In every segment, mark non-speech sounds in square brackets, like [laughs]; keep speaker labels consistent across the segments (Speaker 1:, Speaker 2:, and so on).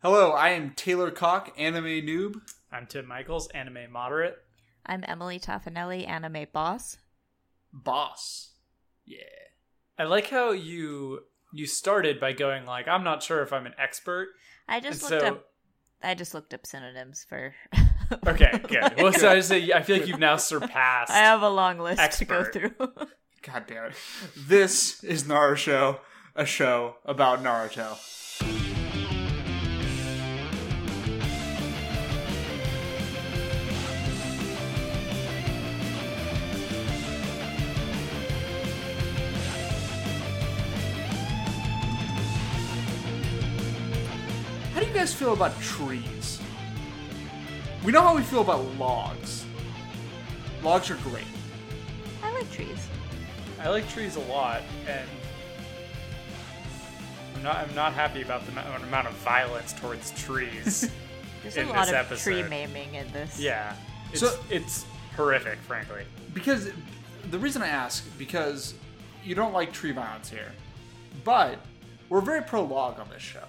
Speaker 1: Hello, I am Taylor Cock, anime noob.
Speaker 2: I'm Tim Michaels, anime moderate.
Speaker 3: I'm Emily Taffanelli, anime boss.
Speaker 1: Boss. Yeah.
Speaker 2: I like how you you started by going like, I'm not sure if I'm an expert.
Speaker 3: I just
Speaker 2: And
Speaker 3: looked
Speaker 2: so-
Speaker 3: up. I just looked up synonyms for.
Speaker 2: [laughs]
Speaker 1: [laughs]
Speaker 2: Okay,
Speaker 3: [laughs]
Speaker 2: good. Well, so I say I feel like you've now surpassed.
Speaker 3: I have a long list
Speaker 2: Expert.
Speaker 3: to go through. [laughs]
Speaker 1: God damn it. This is Naruto, a show about Naruto. How do you guys feel about trees? We know how we feel about logs. Logs are great.
Speaker 3: I like trees.
Speaker 2: I like trees a lot, and I'm not I'm not happy about the amou- amount of violence towards
Speaker 1: [laughs]
Speaker 2: trees.
Speaker 3: There's
Speaker 2: In
Speaker 3: a lot
Speaker 2: this
Speaker 3: of tree
Speaker 2: episode.
Speaker 3: maiming in this.
Speaker 2: yeah, it's,
Speaker 1: So-
Speaker 2: it's horrific, frankly.
Speaker 1: because the reason I ask because you don't like tree violence here, but we're very pro log on this show.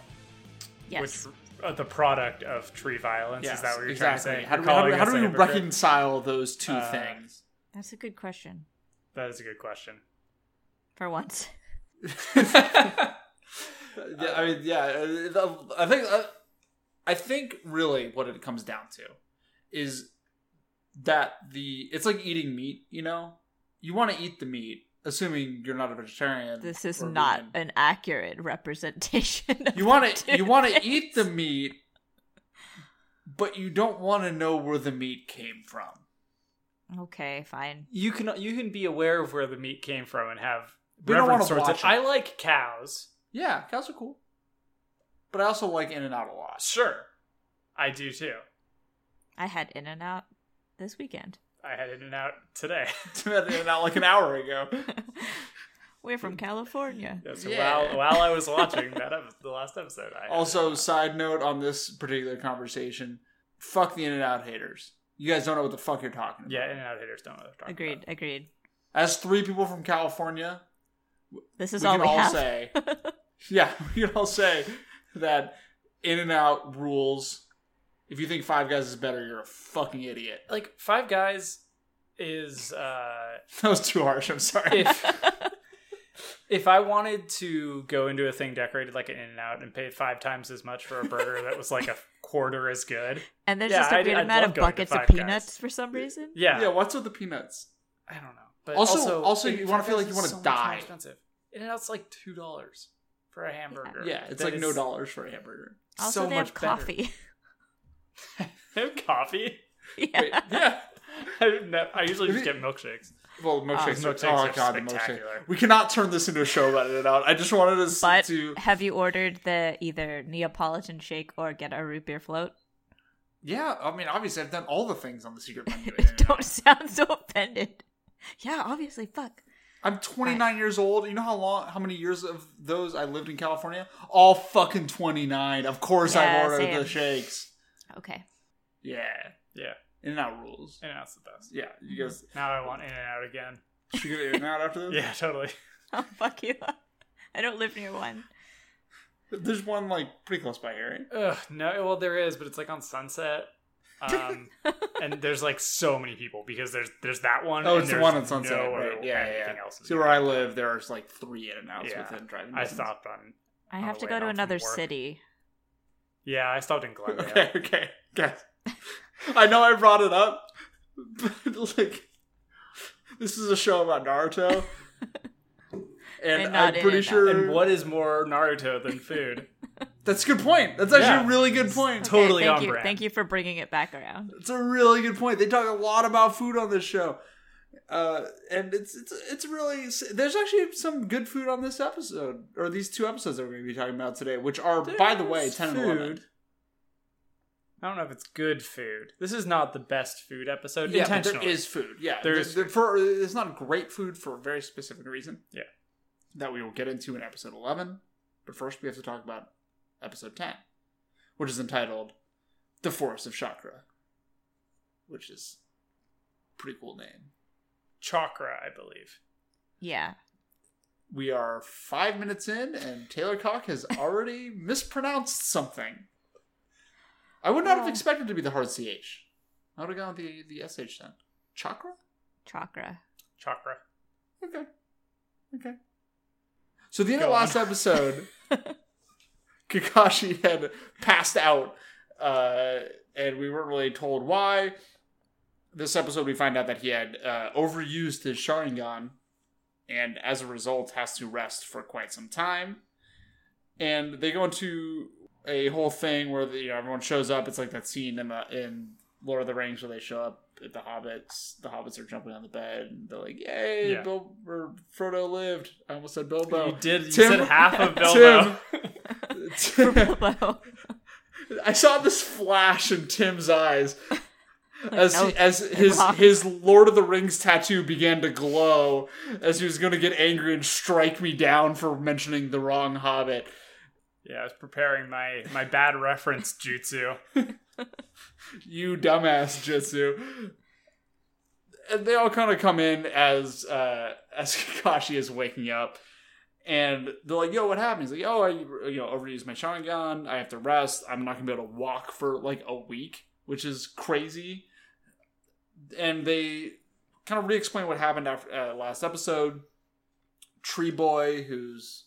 Speaker 3: Yes.
Speaker 2: Which uh, the product of tree violence is that what you're
Speaker 1: exactly.
Speaker 2: trying to say?
Speaker 1: How do
Speaker 2: You're
Speaker 1: we, how do we,
Speaker 2: calling
Speaker 1: how do
Speaker 2: us a
Speaker 1: we
Speaker 2: hypocrite?
Speaker 1: reconcile those two
Speaker 2: Uh,
Speaker 1: things?
Speaker 3: That's a good question.
Speaker 2: That is a good question.
Speaker 3: For
Speaker 2: [laughs]
Speaker 3: once.
Speaker 1: [laughs] yeah, I mean, yeah, uh, the- I think uh, I think really what it comes down to is that the it's like eating meat. You know, you want to eat the meat, assuming you're not a vegetarian.
Speaker 3: This is
Speaker 1: or
Speaker 3: not
Speaker 1: vegan.
Speaker 3: an accurate representation. Of
Speaker 1: You
Speaker 3: [laughs]
Speaker 1: want to
Speaker 3: the
Speaker 1: you want to
Speaker 3: difference.
Speaker 1: eat the meat, but you don't want to know where the meat came from.
Speaker 3: Okay, fine.
Speaker 2: you can you can be aware of where the meat came from and have
Speaker 1: We don't
Speaker 2: reference
Speaker 1: wanna watch
Speaker 2: towards it.
Speaker 1: it.
Speaker 2: I like cows.
Speaker 1: Yeah, cows are cool, but I also like In and Out a lot. [laughs]
Speaker 2: Sure, I do too.
Speaker 3: I had In and Out this weekend.
Speaker 2: I had In and Out today. [laughs]
Speaker 1: In and Out like an hour
Speaker 3: [laughs]
Speaker 1: ago.
Speaker 3: We're from
Speaker 2: Mm.
Speaker 3: California.
Speaker 2: Yeah, so
Speaker 1: Yeah.
Speaker 2: While while I was watching that epi- the last episode, I had
Speaker 1: Also,
Speaker 2: it.
Speaker 1: side note on this particular conversation: fuck the In and Out haters. You guys don't know what the fuck you're talking about.
Speaker 2: yeah, In and Out haters don't know what they're talking
Speaker 3: Agreed,
Speaker 2: about.
Speaker 3: agreed.
Speaker 1: As three people from California,
Speaker 3: This is
Speaker 1: we
Speaker 3: all
Speaker 1: can
Speaker 3: we
Speaker 1: all
Speaker 3: have. [laughs]
Speaker 1: say, yeah, [laughs] we can all say that In and Out rules. If you think Five Guys is better, you're a fucking idiot.
Speaker 2: Like Five Guys is uh,
Speaker 1: [laughs] That was too harsh. I'm sorry.
Speaker 2: if
Speaker 1: [laughs]
Speaker 2: if I wanted to go into a thing decorated like an In and Out and paid five times as much for a burger that was like a quarter as good,
Speaker 3: And there's
Speaker 2: Yeah,
Speaker 3: just a
Speaker 2: I'd-
Speaker 3: weird
Speaker 2: I'd
Speaker 3: amount
Speaker 2: love
Speaker 3: of
Speaker 2: going to
Speaker 3: buckets of
Speaker 2: Five Guys.
Speaker 3: peanuts for some reason.
Speaker 2: yeah,
Speaker 1: yeah. what's with the peanuts?
Speaker 2: I don't know. But
Speaker 1: Also- also
Speaker 2: it-
Speaker 1: you wanna
Speaker 2: Five
Speaker 1: feel like
Speaker 2: Guys
Speaker 1: you
Speaker 2: is
Speaker 1: wanna
Speaker 2: so much more
Speaker 1: die.
Speaker 2: Expensive. In and out's like two dollars for a hamburger.
Speaker 1: Yeah, it's
Speaker 2: That
Speaker 1: like no
Speaker 2: [laughs] is
Speaker 1: dollars for a hamburger.
Speaker 3: Also,
Speaker 2: so
Speaker 3: they
Speaker 2: much
Speaker 3: have
Speaker 2: better.
Speaker 3: coffee. [laughs]
Speaker 2: They have coffee.
Speaker 3: yeah.
Speaker 1: Wait, [laughs]
Speaker 2: [laughs]
Speaker 1: yeah.
Speaker 2: I, don't know. I usually just
Speaker 1: Maybe-
Speaker 2: get milkshakes.
Speaker 1: Well, milkshakes.
Speaker 2: Uh,
Speaker 1: are-
Speaker 2: milkshakes
Speaker 1: oh
Speaker 2: are
Speaker 1: god, the milkshake.
Speaker 2: spectacular.
Speaker 1: We cannot turn this into a show about it out. I just wanted us
Speaker 3: But
Speaker 1: to.
Speaker 3: have you ordered the either Neapolitan shake or get a root beer float? [laughs]
Speaker 1: Yeah, I mean, obviously, I've done all the things on the secret
Speaker 3: [laughs]
Speaker 1: menu.
Speaker 3: Don't sound so offended. Yeah, obviously. Fuck.
Speaker 1: I'm 29 years old. You know how long, how many years of those I lived in California? All fucking 29. Of course,
Speaker 3: Yeah,
Speaker 1: I've ordered
Speaker 3: same.
Speaker 1: the shakes.
Speaker 3: Okay. [laughs]
Speaker 1: Yeah,
Speaker 2: Yeah,
Speaker 1: In and Out rules.
Speaker 2: In and out's the best.
Speaker 1: Yeah, you guys
Speaker 2: Now I want In and Out
Speaker 1: [laughs]
Speaker 2: again.
Speaker 1: should we get In and Out after this.
Speaker 2: Yeah, totally.
Speaker 3: I'll fuck you up. I don't live near one.
Speaker 1: There's one like pretty close by here. Right?
Speaker 2: Ugh, no, well there is, but it's like on Sunset.
Speaker 1: [laughs]
Speaker 2: Um, and there's like so many people because there's there's that one.
Speaker 1: Oh,
Speaker 2: and
Speaker 1: it's the
Speaker 2: there's
Speaker 1: one on Sunset.
Speaker 2: No
Speaker 1: right? Yeah,
Speaker 2: other-
Speaker 1: yeah.
Speaker 2: anything
Speaker 1: yeah.
Speaker 2: Else
Speaker 1: See where I live, there's like three in and outs
Speaker 2: Yeah.
Speaker 1: within driving.
Speaker 2: I
Speaker 1: distance.
Speaker 2: stopped on.
Speaker 3: I
Speaker 2: On
Speaker 3: have
Speaker 2: the
Speaker 3: to
Speaker 2: way
Speaker 3: go to
Speaker 2: home from
Speaker 3: another
Speaker 2: work.
Speaker 3: city.
Speaker 2: Yeah, I stopped in Glendale.
Speaker 1: Okay, okay, guys. I know I brought it up, but [laughs] like, this is a show about
Speaker 2: [laughs]
Speaker 1: Naruto, and,
Speaker 3: And not
Speaker 1: I'm
Speaker 3: in
Speaker 1: pretty
Speaker 3: and out.
Speaker 1: sure
Speaker 2: And what is more Naruto
Speaker 1: [laughs]
Speaker 2: than food?
Speaker 1: That's a good point. That's actually
Speaker 2: Yeah.
Speaker 1: a really good point.
Speaker 2: Okay. Totally
Speaker 3: thank
Speaker 2: on
Speaker 3: you.
Speaker 2: brand.
Speaker 3: Thank you for bringing it back around.
Speaker 1: It's a really good point. They talk a lot about food on this show, uh, and it's it's it's really there's actually some good food on this episode or these two episodes that we're going to be talking about today, which are by the way
Speaker 2: There's
Speaker 1: ten and eleven.
Speaker 2: I don't know if it's good food. This is not the best food episode.
Speaker 1: Yeah, but there
Speaker 2: Intentionally.
Speaker 1: is food. Yeah,
Speaker 2: There is
Speaker 1: The- the- for it's not great food for a very specific reason.
Speaker 2: Yeah.
Speaker 1: that we will get into in episode eleven. But first, we have to talk about episode ten, which is entitled "The Forest of Chakra," which is a pretty cool name.
Speaker 2: chakra, I believe.
Speaker 3: Yeah.
Speaker 1: We
Speaker 2: [laughs]
Speaker 1: are five minutes in, and Taylor Cock has already mispronounced something. I would not have
Speaker 3: Yeah.
Speaker 1: expected it to be the hard ch. I would have gone with the the sh then. Chakra.
Speaker 2: [laughs]
Speaker 3: Chakra. [laughs]
Speaker 2: Chakra.
Speaker 1: Okay. Okay. So the end of
Speaker 2: Go
Speaker 1: last
Speaker 2: [laughs]
Speaker 1: episode, Kakashi had passed out, uh, and we weren't really told why. This episode, we find out that he had uh, overused his Sharingan, and as a result, has to rest for quite some time. And they go into a whole thing where the, you know, everyone shows up. It's like that scene in the in Lord of the Rings where they show up at the hobbits. The hobbits are jumping on the bed and they're like, "Yay,
Speaker 2: Yeah.
Speaker 1: Bil- or Frodo lived." I almost said Bilbo.
Speaker 2: you did. You
Speaker 1: Oh, Tim-
Speaker 2: said
Speaker 1: [laughs]
Speaker 2: half of Bilbo.
Speaker 3: [laughs] Bilbo.
Speaker 1: I saw this flash in Tim's eyes
Speaker 2: Uh,
Speaker 1: as
Speaker 3: no,
Speaker 1: he, as his
Speaker 3: wrong.
Speaker 1: his Lord of the Rings tattoo began to glow as he was going to get angry and strike me down for mentioning the wrong Hobbit.
Speaker 2: Yeah, I was preparing my my bad reference jutsu.
Speaker 1: You dumbass Jitsu. And they all kind of come in as uh, [laughs] as Kakashi is waking up, and they're like, "Yo, what happened?" He's like, "Oh, I you know overused my Sharingan. I have to rest. I'm not gonna be able to walk for like a week, which is crazy." And they kind of re-explain what happened after uh, last episode. Tree Boy, who's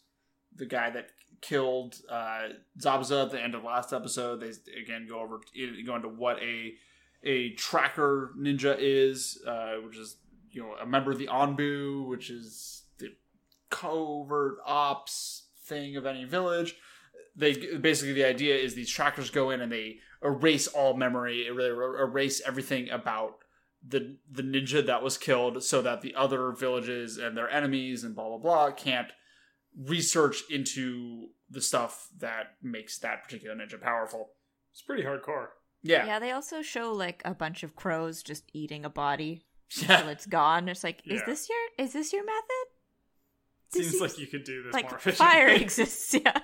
Speaker 1: the guy that killed uh, Zabza at the end of last episode. They again go over go into what a a tracker ninja is, uh, which is you know a member of the Anbu, which is the covert ops thing of any village. They basically the idea is these trackers go in and they erase all memory, er- er- erase everything about the the ninja that was killed, so that the other villages and their enemies and blah blah blah can't research into the stuff that makes that particular ninja powerful.
Speaker 2: It's pretty hardcore.
Speaker 1: Yeah.
Speaker 3: Yeah, they also show like a bunch of crows just eating a body
Speaker 1: [laughs]
Speaker 3: till
Speaker 1: Yeah.
Speaker 3: it's gone. It's like, is
Speaker 2: Yeah.
Speaker 3: this your is this your method? This
Speaker 2: Seems like you could do this
Speaker 3: like
Speaker 1: [laughs]
Speaker 2: more efficiently. [laughs]
Speaker 3: fire exists. Yeah,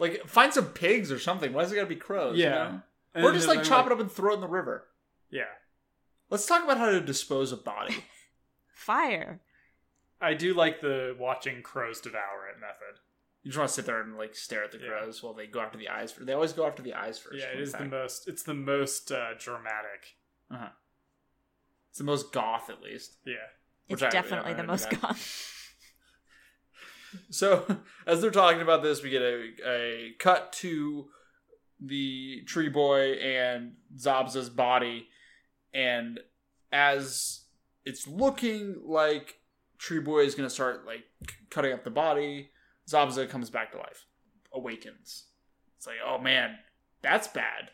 Speaker 1: Like find some pigs or something. Why is it gotta be crows? you
Speaker 2: Yeah.
Speaker 1: know?
Speaker 2: And
Speaker 1: Or
Speaker 2: then
Speaker 1: just like
Speaker 2: I'm
Speaker 1: chop it up and throw it in the river.
Speaker 2: Yeah,
Speaker 1: Let's talk about how to dispose of body.
Speaker 3: fire.
Speaker 2: I do like the watching crows devour it method.
Speaker 1: You just wanna sit there and like stare at the
Speaker 2: Yeah.
Speaker 1: crows while they go after the eyes first. They always go after the eyes first.
Speaker 2: yeah, it
Speaker 1: fun
Speaker 2: is the
Speaker 1: fact.
Speaker 2: most. It's the most uh, dramatic.
Speaker 1: it's the most goth at least.
Speaker 2: Yeah,
Speaker 3: It's
Speaker 1: Which I-
Speaker 3: definitely
Speaker 1: I'm
Speaker 3: the
Speaker 1: into
Speaker 3: most
Speaker 1: that.
Speaker 3: gone.
Speaker 1: So [laughs] as they're talking about this, we get a, a cut to the tree boy and Zabza's body, and as it's looking like tree boy is gonna start like c- cutting up the body, Zabza comes back to life, awakens. It's like, oh man, that's bad,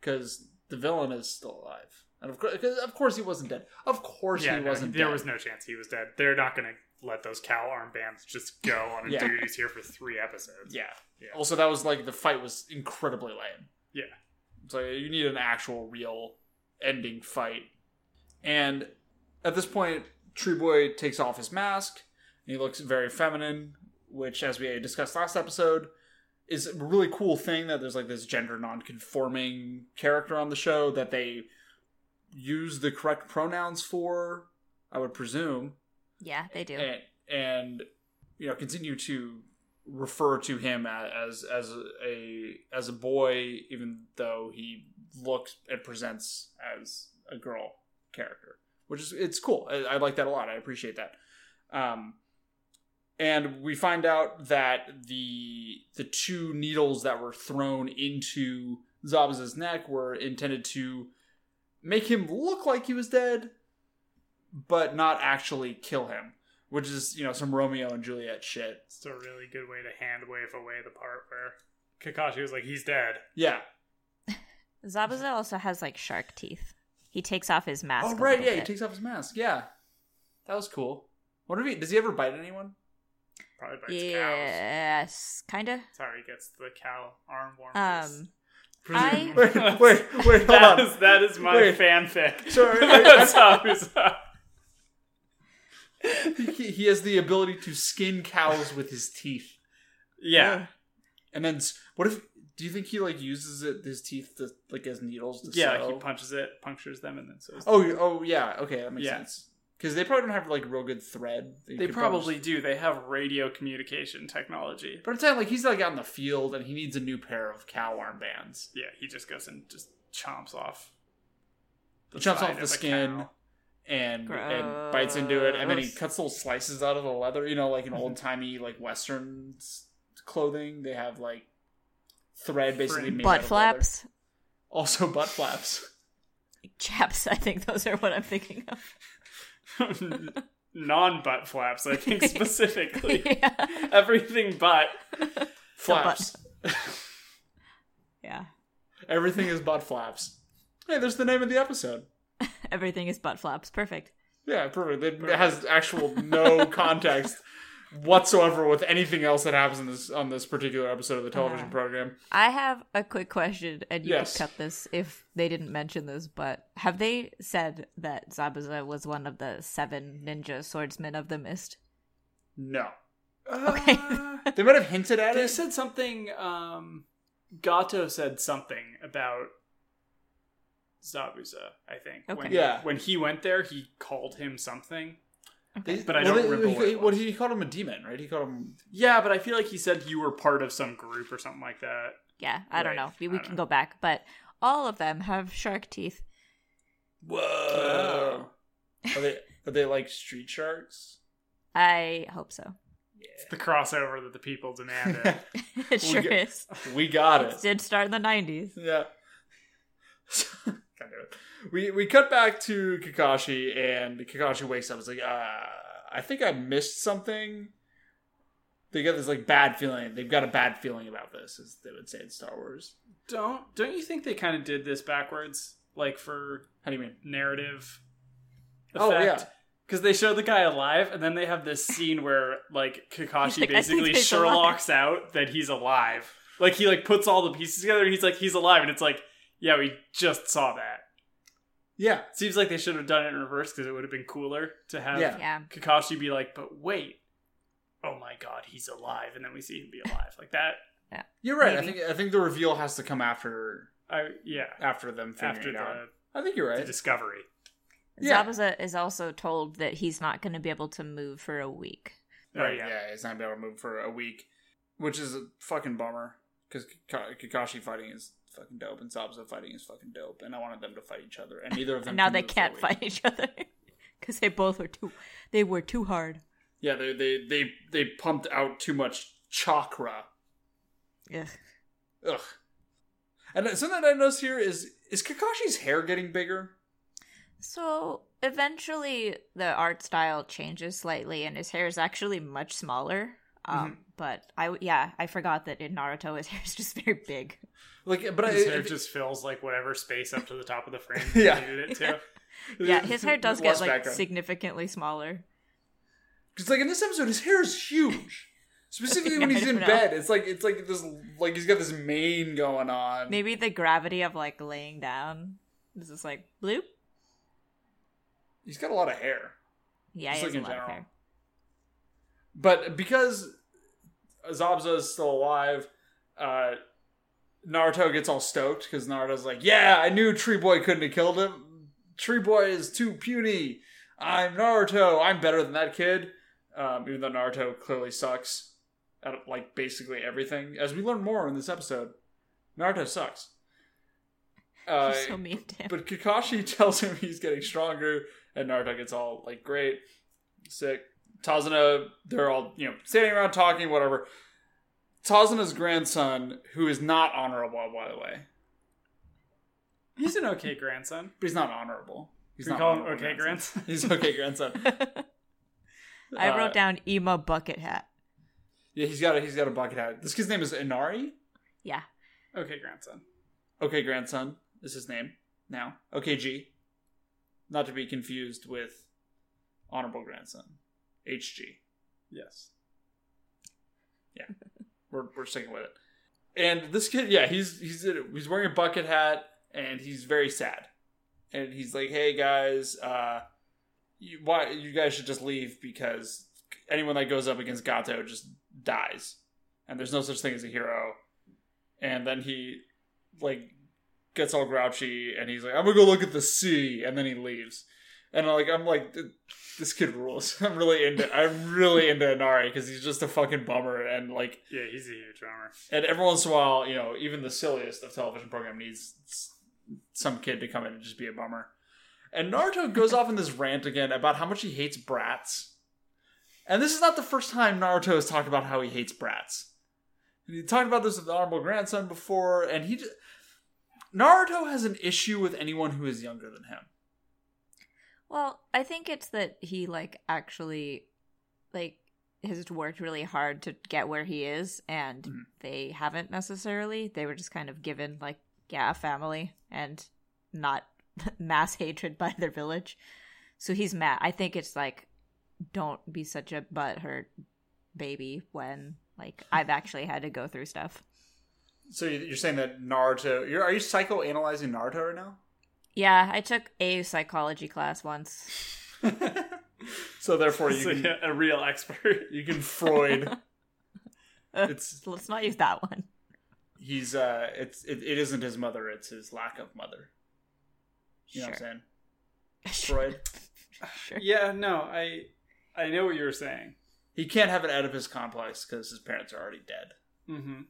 Speaker 1: because the villain is still alive, and of course, of course he wasn't dead. Of course
Speaker 2: yeah.
Speaker 1: he
Speaker 2: no,
Speaker 1: wasn't.
Speaker 2: there
Speaker 1: dead.
Speaker 2: was no chance he was dead. They're not going to let those cow armbands just go on a
Speaker 1: Yeah.
Speaker 2: duties here for three episodes.
Speaker 1: Yeah.
Speaker 2: Yeah.
Speaker 1: Also, that was like the fight was incredibly lame.
Speaker 2: Yeah.
Speaker 1: So you need an actual, real ending fight. And at this point, Tree Boy takes off his mask and he looks very feminine, which, as we discussed last episode, is a really cool thing that there's like this gender non-conforming character on the show that they use the correct pronouns for. I would presume
Speaker 3: [laughs] Yeah, they do.
Speaker 1: and, and you know continue to refer to him a- as as a as a boy even though he looks and presents as a girl character which is it's cool i, I like that a lot i appreciate that um and we find out that the the two needles that were thrown into Zabza's neck were intended to make him look like he was dead, but not actually kill him, which is you know some Romeo and Juliet shit.
Speaker 2: It's a really good way to hand wave away the part where Kakashi was like, "He's dead."
Speaker 1: Yeah.
Speaker 3: Zabuza also has like shark teeth. He takes off his mask.
Speaker 1: Oh
Speaker 3: a
Speaker 1: right,
Speaker 3: little
Speaker 1: yeah. He
Speaker 3: bit.
Speaker 1: takes off his mask. Yeah, that was cool. What if he does? He ever bite
Speaker 2: [laughs]
Speaker 1: anyone?
Speaker 2: Probably bites cows.
Speaker 3: Yes, kind of.
Speaker 2: That's how he gets the cow arm warmers. [laughs]
Speaker 3: Um,
Speaker 1: Presume-
Speaker 3: I-
Speaker 1: Wait, wait, wait. Hold
Speaker 2: That
Speaker 1: on.
Speaker 2: is that is my
Speaker 1: Wait.
Speaker 2: [laughs] fanfic.
Speaker 1: Sorry, I-
Speaker 2: That's how it [laughs] was-
Speaker 1: He, he has the ability to skin cows with his teeth.
Speaker 2: yeah,
Speaker 1: And then, s- what if? Do you think he like uses it his teeth to, like as needles? To
Speaker 2: yeah.
Speaker 1: sew?
Speaker 2: He punches it, punctures them, and then so.
Speaker 1: oh, you- oh yeah. Okay, that makes
Speaker 2: Yeah.
Speaker 1: sense. because they probably don't have like real good thread. that you
Speaker 2: They
Speaker 1: could probably
Speaker 2: probably do. They have radio communication technology.
Speaker 1: But I'm saying like he's like out in the field and he needs a new pair of cow armbands.
Speaker 2: Yeah, he just goes and just chomps off.
Speaker 1: He chomps
Speaker 2: side
Speaker 1: off
Speaker 2: of
Speaker 1: the
Speaker 2: a
Speaker 1: skin
Speaker 2: cow.
Speaker 1: and and bites into it, and then he
Speaker 3: Gross.
Speaker 1: cuts little slices out of the leather. You know, like in old timey like Western s- clothing, they have like thread basically
Speaker 2: Fringe.
Speaker 1: made out
Speaker 3: Butt
Speaker 1: of
Speaker 3: flaps. [laughs]
Speaker 1: leather. Also butt flaps.
Speaker 3: Chaps, I think those are what I'm thinking
Speaker 1: [laughs]
Speaker 3: of.
Speaker 2: [laughs] non butt flaps, I
Speaker 3: [laughs]
Speaker 2: think specifically.
Speaker 3: yeah.
Speaker 2: [laughs] Everything but.
Speaker 1: Flaps.
Speaker 3: yeah.
Speaker 1: Everything is butt flaps. Hey, there's the name of the episode.
Speaker 3: Everything is butt flaps. Perfect.
Speaker 1: Yeah, perfect. It has actual
Speaker 3: [laughs]
Speaker 1: no context whatsoever with anything else that happens in this on this particular episode of the television
Speaker 3: Uh-huh.
Speaker 1: program.
Speaker 3: I have a quick question, and you
Speaker 1: Yes.
Speaker 3: could cut this if they didn't mention this, but have they said that Zabuza was one of the seven ninja swordsmen of the mist?
Speaker 1: No,
Speaker 3: Okay.
Speaker 2: Uh,
Speaker 1: [laughs] they might have hinted at
Speaker 2: they
Speaker 1: it.
Speaker 2: said something. Um, Gato said something about Zabuza. I think. When,
Speaker 3: Okay.
Speaker 1: Yeah.
Speaker 2: When he went there, he called him something.
Speaker 1: They-
Speaker 2: But I
Speaker 1: well,
Speaker 2: don't
Speaker 1: they-
Speaker 2: remember
Speaker 1: he-
Speaker 2: what it
Speaker 1: What
Speaker 2: was.
Speaker 1: he called him a demon, right? He called him.
Speaker 2: Yeah, but I feel like he said you were part of some group or something like that.
Speaker 3: Yeah, I don't
Speaker 2: Right.
Speaker 3: know. We,
Speaker 2: I
Speaker 3: we
Speaker 2: don't
Speaker 3: can
Speaker 2: know.
Speaker 3: go back, but all of them have shark teeth.
Speaker 1: Whoa. Are they are they like street
Speaker 2: [laughs]
Speaker 1: sharks?
Speaker 3: I hope so. [laughs]
Speaker 2: It's the crossover that the people demanded.
Speaker 3: it sure
Speaker 1: get-
Speaker 3: is.
Speaker 1: we got
Speaker 3: It
Speaker 1: it.
Speaker 3: did start in the 90s.
Speaker 1: Yeah. [laughs] God damn it. We we cut back to Kakashi and Kakashi wakes up. It's like, uh, I think I missed something. They got this like bad feeling. They've got a bad feeling about this, as they would say in Star Wars.
Speaker 2: [laughs] don't don't you think they kind of did this backwards, like for
Speaker 1: How do you mean?
Speaker 2: narrative?
Speaker 1: Oh, yeah.
Speaker 2: Because they show the guy alive, and then they have this scene where like Kakashi
Speaker 3: like, "I think
Speaker 2: basically
Speaker 3: he's alive."
Speaker 2: Sherlock's out that he's alive. Like he like puts all the pieces together, and he's like he's alive, and it's like yeah, we just saw that.
Speaker 1: Yeah.
Speaker 2: Seems like they should have done it in reverse because it would have been cooler to have
Speaker 1: Yeah.
Speaker 3: Yeah.
Speaker 2: Kakashi be like, but wait, oh my god, he's alive, and then we see him be alive like that.
Speaker 1: You're right.
Speaker 3: Maybe.
Speaker 1: I think I think the reveal has to come after
Speaker 2: I yeah,
Speaker 1: after them figuring
Speaker 2: after
Speaker 1: it
Speaker 2: the,
Speaker 1: out. I think you're
Speaker 2: the
Speaker 1: right.
Speaker 2: discovery.
Speaker 1: Yeah.
Speaker 3: Zabuza is also told that he's not going to be able to move for a week.
Speaker 2: Oh,
Speaker 1: Right.
Speaker 2: yeah.
Speaker 1: yeah. he's not gonna be able to move for a week, which is a fucking bummer because Kakashi fighting is fucking dope and Zabuza fighting is fucking dope, and I wanted them to fight each other, and neither of them.
Speaker 3: And [laughs] now
Speaker 1: can
Speaker 3: they
Speaker 1: move for a
Speaker 3: can't
Speaker 1: week.
Speaker 3: fight each other [laughs] because they both were too. They were too hard.
Speaker 1: Yeah, they they they they pumped out too much chakra.
Speaker 3: Ugh.
Speaker 1: Ugh. And something that I noticed here is is Kakashi's hair getting bigger?
Speaker 3: So eventually, the art style changes slightly, and his hair is actually much smaller. Um, But I, yeah, I forgot that in Naruto, his [laughs] hair is just very big.
Speaker 1: Like,
Speaker 2: [laughs]
Speaker 1: but
Speaker 2: His
Speaker 1: I,
Speaker 2: hair
Speaker 1: if-
Speaker 2: just fills like whatever space up to the top of
Speaker 1: [laughs]
Speaker 2: the frame.
Speaker 1: Yeah.
Speaker 2: yeah, needed it to.
Speaker 3: Yeah,
Speaker 1: [laughs]
Speaker 3: his hair does
Speaker 1: Lost
Speaker 3: get like
Speaker 1: background.
Speaker 3: significantly smaller.
Speaker 1: Because like in this episode, his hair is huge. Specifically when
Speaker 3: [laughs] Yeah, I
Speaker 1: he's in
Speaker 3: don't know.
Speaker 1: bed, it's like it's like this like he's got this mane going on.
Speaker 3: Maybe the gravity of like laying down is just like bloop.
Speaker 1: He's got a lot of hair,
Speaker 3: Yeah,
Speaker 1: just
Speaker 3: he
Speaker 1: like
Speaker 3: has a
Speaker 1: in
Speaker 3: lot of
Speaker 1: general.
Speaker 3: hair. [laughs]
Speaker 1: But because Zabza is still alive, uh, Naruto gets all stoked because Naruto's like, "Yeah, I knew Tree Boy couldn't have killed him. Tree Boy is too puny. I'm Naruto. I'm better than that kid." Um, even though Naruto clearly sucks at like basically everything, as we learn more in this episode, Naruto sucks. Uh,
Speaker 3: He's so mean
Speaker 2: [laughs]
Speaker 3: to him.
Speaker 1: but Kakashi [laughs] tells him he's getting stronger, and Naruto gets all like, "Great, sick." Tazuna, they're all you know standing around talking, whatever. Tazuna's grandson, who is not honorable, by the way,
Speaker 2: He's an okay grandson.
Speaker 1: but he's not honorable. He's
Speaker 2: Can we
Speaker 1: not
Speaker 2: call him
Speaker 1: honorable
Speaker 2: okay grandson?
Speaker 1: [laughs] He's okay
Speaker 2: [laughs]
Speaker 1: grandson.
Speaker 3: I
Speaker 1: Uh,
Speaker 3: wrote down Ema bucket hat.
Speaker 1: Yeah, he's got a he's got a bucket hat. This kid's name is Inari.
Speaker 3: Yeah.
Speaker 2: [laughs] okay grandson.
Speaker 1: Okay, grandson is his name now. Okay, G, not to be confused with honorable grandson, HG.
Speaker 2: Yes.
Speaker 1: we're, we're sticking with it. And this kid, yeah, he's he's he's wearing a bucket hat and he's very sad. And he's like, "Hey guys, uh, you, why you guys should just leave because anyone that goes up against Gato just dies, and there's no such thing as a hero." And then he like gets all grouchy and he's like, "I'm gonna go look at the sea," and then he leaves. and like I'm like, "Th- this kid rules. [laughs] I'm really into I'm really into Inari because he's just a fucking bummer, and like,
Speaker 2: Yeah, he's a huge drummer.
Speaker 1: and every once in a while, you know, even the silliest of television program needs s- some kid to come in and just be a bummer. And Naruto goes off in this rant again about how much he hates brats, and this is not the first time Naruto has talked about how he hates brats. He talked about this with the honorable grandson before, and he just, Naruto has an issue with anyone who is younger than him.
Speaker 3: Well, I think it's that he like actually like has worked really hard to get where he is and
Speaker 1: Mhm.
Speaker 3: they haven't necessarily. They were just kind of given like yeah, a family and not [laughs] mass hatred by their village. So he's mad. I think it's like don't be such a butthurt baby when like
Speaker 1: [laughs]
Speaker 3: I've actually had to go through stuff.
Speaker 1: So you- you're saying that Naruto? You're, are you psychoanalyzing Naruto right [laughs] now?
Speaker 3: Yeah, I took a psychology class once. [laughs]
Speaker 1: so therefore, you
Speaker 2: So,
Speaker 1: can,
Speaker 2: yeah, a real expert.
Speaker 1: you can
Speaker 3: [laughs]
Speaker 1: Freud. It's
Speaker 3: So let's not use that one.
Speaker 1: he's uh, it's it, it isn't his mother; it's his lack of mother. You know what I'm saying?
Speaker 3: [laughs] sure.
Speaker 1: Freud.
Speaker 3: sure.
Speaker 2: [laughs] Yeah, no, I I know what you were saying.
Speaker 1: He can't have an Oedipus complex because his parents are already dead.
Speaker 2: Mm-hmm.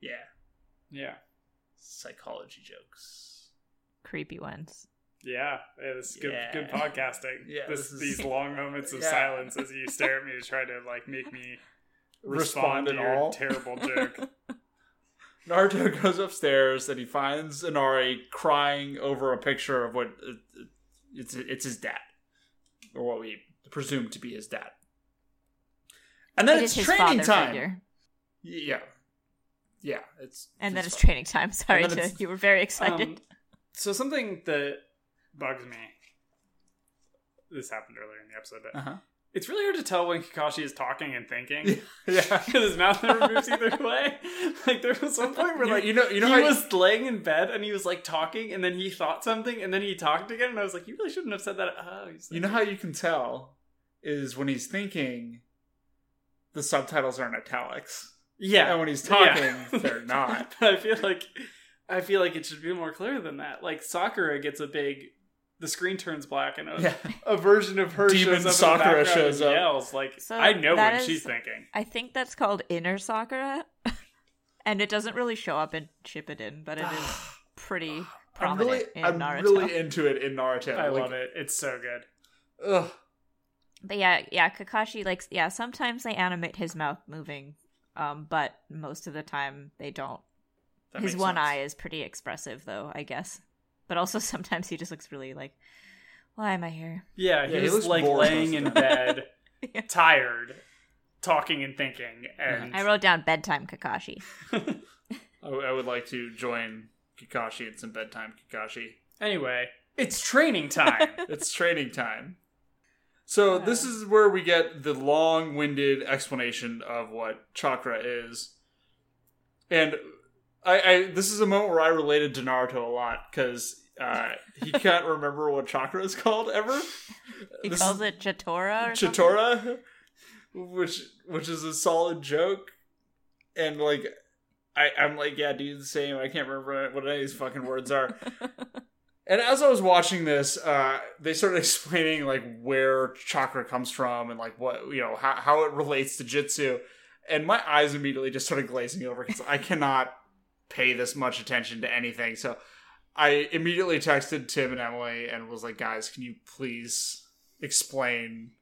Speaker 1: Yeah,
Speaker 2: Yeah.
Speaker 1: psychology jokes.
Speaker 3: Creepy ones.
Speaker 2: Yeah, yeah, this is good,
Speaker 1: Yeah.
Speaker 2: good podcasting.
Speaker 1: [laughs] Yeah,
Speaker 2: this,
Speaker 1: this is-
Speaker 2: these long moments
Speaker 1: [laughs]
Speaker 2: of
Speaker 1: Yeah.
Speaker 2: silence as you stare at me to try to like
Speaker 1: [laughs]
Speaker 2: make me
Speaker 1: Respond
Speaker 2: respond,
Speaker 1: at
Speaker 2: to your
Speaker 1: all? [laughs]
Speaker 2: terrible joke.
Speaker 1: Naruto [laughs] goes upstairs and he finds Inari crying over a picture of what uh, it's it's his dad, or what we presume to be his dad. And then
Speaker 3: It
Speaker 1: it's
Speaker 3: is his
Speaker 1: training
Speaker 3: father
Speaker 1: time.
Speaker 3: figure.
Speaker 1: Yeah, yeah. It's
Speaker 3: And then it's
Speaker 1: fine.
Speaker 3: training time. [laughs] Sorry,
Speaker 1: then
Speaker 3: to,
Speaker 1: it's-
Speaker 3: you were very excited.
Speaker 2: Um, so something that bugs me. This happened earlier in the episode, but
Speaker 1: Uh-huh.
Speaker 2: it's really hard to tell when Kakashi is talking and thinking [laughs]
Speaker 1: Yeah.
Speaker 2: because his mouth never moves
Speaker 1: [laughs]
Speaker 2: either way. Like there was one point where
Speaker 1: You,
Speaker 2: like
Speaker 1: you know, you know,
Speaker 2: he
Speaker 1: how
Speaker 2: was laying in bed and he was like talking, and then he thought something, and then he talked again, and I was like, "You really shouldn't have said that." Oh, he's
Speaker 1: you know how you can tell is when he's thinking, the subtitles are in italics,
Speaker 2: yeah,
Speaker 1: and when he's talking,
Speaker 2: Yeah.
Speaker 1: [laughs] they're not.
Speaker 2: But [laughs] I feel like I feel like it should be more clear than that. Like Sakura gets a big, the screen turns black, and a,
Speaker 1: Yeah. [laughs]
Speaker 2: a version of her
Speaker 1: Demon
Speaker 2: shows up in the
Speaker 1: Sakura
Speaker 2: background and
Speaker 1: shows up.
Speaker 2: yells like,
Speaker 3: So
Speaker 2: "I know
Speaker 3: that
Speaker 2: what
Speaker 3: is-
Speaker 2: she's thinking."
Speaker 3: I think that's called Inner Sakura. [laughs] and it doesn't really show up in Shippuden, but it is
Speaker 1: [sighs]
Speaker 3: pretty
Speaker 1: I'm
Speaker 3: prominent
Speaker 1: really,
Speaker 3: in
Speaker 1: I'm
Speaker 3: Naruto.
Speaker 1: really into it in Naruto.
Speaker 2: I
Speaker 1: like,
Speaker 2: love it. It's so good.
Speaker 1: Ugh.
Speaker 3: But yeah, yeah, Kakashi likes yeah, sometimes they animate his mouth moving, um, but most of the time they don't.
Speaker 1: That
Speaker 3: his
Speaker 1: makes
Speaker 3: one
Speaker 1: sense.
Speaker 3: eye is pretty expressive though, I guess. But also [laughs] sometimes he just looks really like, Why am I here?
Speaker 2: Yeah,
Speaker 1: Yeah,
Speaker 2: he
Speaker 1: he
Speaker 2: was
Speaker 1: looks
Speaker 2: like
Speaker 1: bored
Speaker 2: laying
Speaker 1: [laughs] most
Speaker 2: in
Speaker 1: of
Speaker 2: bed,
Speaker 3: Yeah.
Speaker 2: tired, talking and thinking, and
Speaker 3: I wrote down bedtime Kakashi.
Speaker 1: I, I would like to join Kakashi in some bedtime Kakashi.
Speaker 2: Anyway, it's training time.
Speaker 3: [laughs]
Speaker 1: It's training time. So this is where we get the long-winded explanation of what chakra is, and I, I this is a moment where I related to Naruto a lot because uh, he can't remember what chakra is called ever.
Speaker 3: [laughs] He
Speaker 1: This
Speaker 3: calls
Speaker 1: is
Speaker 3: it Chatora or something?
Speaker 1: Chitora, which which is a solid joke, and like I, I'm like, yeah, dude, the same. I can't remember what any of these fucking words
Speaker 3: [laughs]
Speaker 1: are. and as I was watching this, uh, they started [laughs] explaining like where chakra comes from and like what you know how how it relates to jitsu, and my eyes immediately just started glazing over because I cannot pay this much attention to anything. So I immediately texted Tim and Emily and was like, guys, can you please explain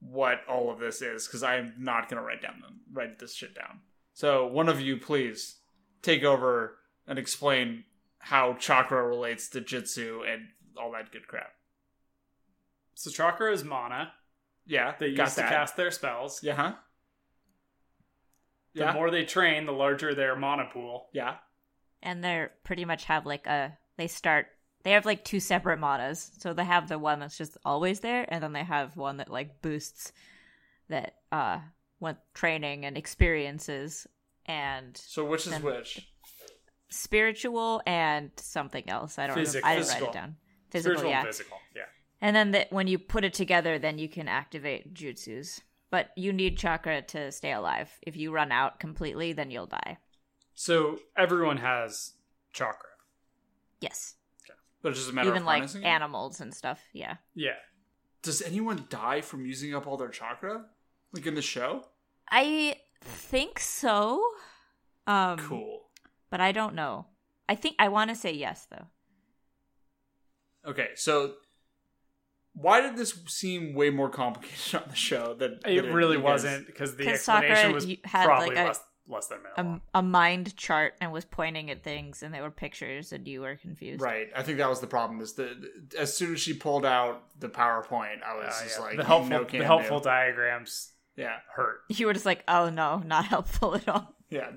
Speaker 1: what all of this is? Because I'm not gonna write down them write this shit down. So one of you, please take over and explain how chakra relates to jitsu and all that good crap.
Speaker 2: so chakra is mana.
Speaker 1: Yeah,
Speaker 2: They
Speaker 1: got
Speaker 2: used to
Speaker 1: that.
Speaker 2: cast their spells.
Speaker 1: Yeah, huh?
Speaker 2: The
Speaker 1: Yeah,
Speaker 2: more they train, the larger their mana pool.
Speaker 1: yeah.
Speaker 3: and they're pretty much have like a they start they have like two separate matas so they have the one that's just always there and then they have one that like boosts that uh with training and experiences and
Speaker 1: So which is
Speaker 3: Then-
Speaker 1: which?
Speaker 3: spiritual and something else i don't know
Speaker 2: Physic-
Speaker 3: i didn't
Speaker 2: physical.
Speaker 3: write it down physical
Speaker 2: Spiritual
Speaker 3: yeah
Speaker 2: and physical. Yeah.
Speaker 3: and then that when you put it together then you can activate jutsus but you need chakra to stay alive if you run out completely then you'll die
Speaker 2: So everyone has chakra.
Speaker 3: yes
Speaker 1: but it's just a matter
Speaker 3: even
Speaker 1: of
Speaker 3: like
Speaker 1: harnessing it?
Speaker 3: animals and stuff. Yeah.
Speaker 2: Yeah.
Speaker 1: Does anyone die from using up all their chakra? Like in the show?
Speaker 3: I think so. Um,
Speaker 1: Cool.
Speaker 3: But I don't know. I think I want to say yes though.
Speaker 1: Okay, so why did this seem way more complicated [laughs] on the show than than
Speaker 2: It really
Speaker 1: you guys-
Speaker 2: wasn't because the
Speaker 3: 'Cause
Speaker 2: explanation
Speaker 3: Sakura
Speaker 2: was
Speaker 3: y- had,
Speaker 2: probably
Speaker 3: like, a- um,
Speaker 2: less, less than a minute.
Speaker 3: A,
Speaker 2: long.
Speaker 3: a mind chart and was pointing at things and they were pictures and you were confused.
Speaker 1: Right, I think that was the problem. Is that as soon as she pulled out the PowerPoint, I
Speaker 2: Uh,
Speaker 1: was just
Speaker 2: yeah.
Speaker 1: like,
Speaker 2: the helpful,
Speaker 1: no
Speaker 2: the helpful diagrams
Speaker 1: yeah,
Speaker 2: hurt.
Speaker 3: You were just like, oh no, not [laughs] helpful at all.
Speaker 1: yeah,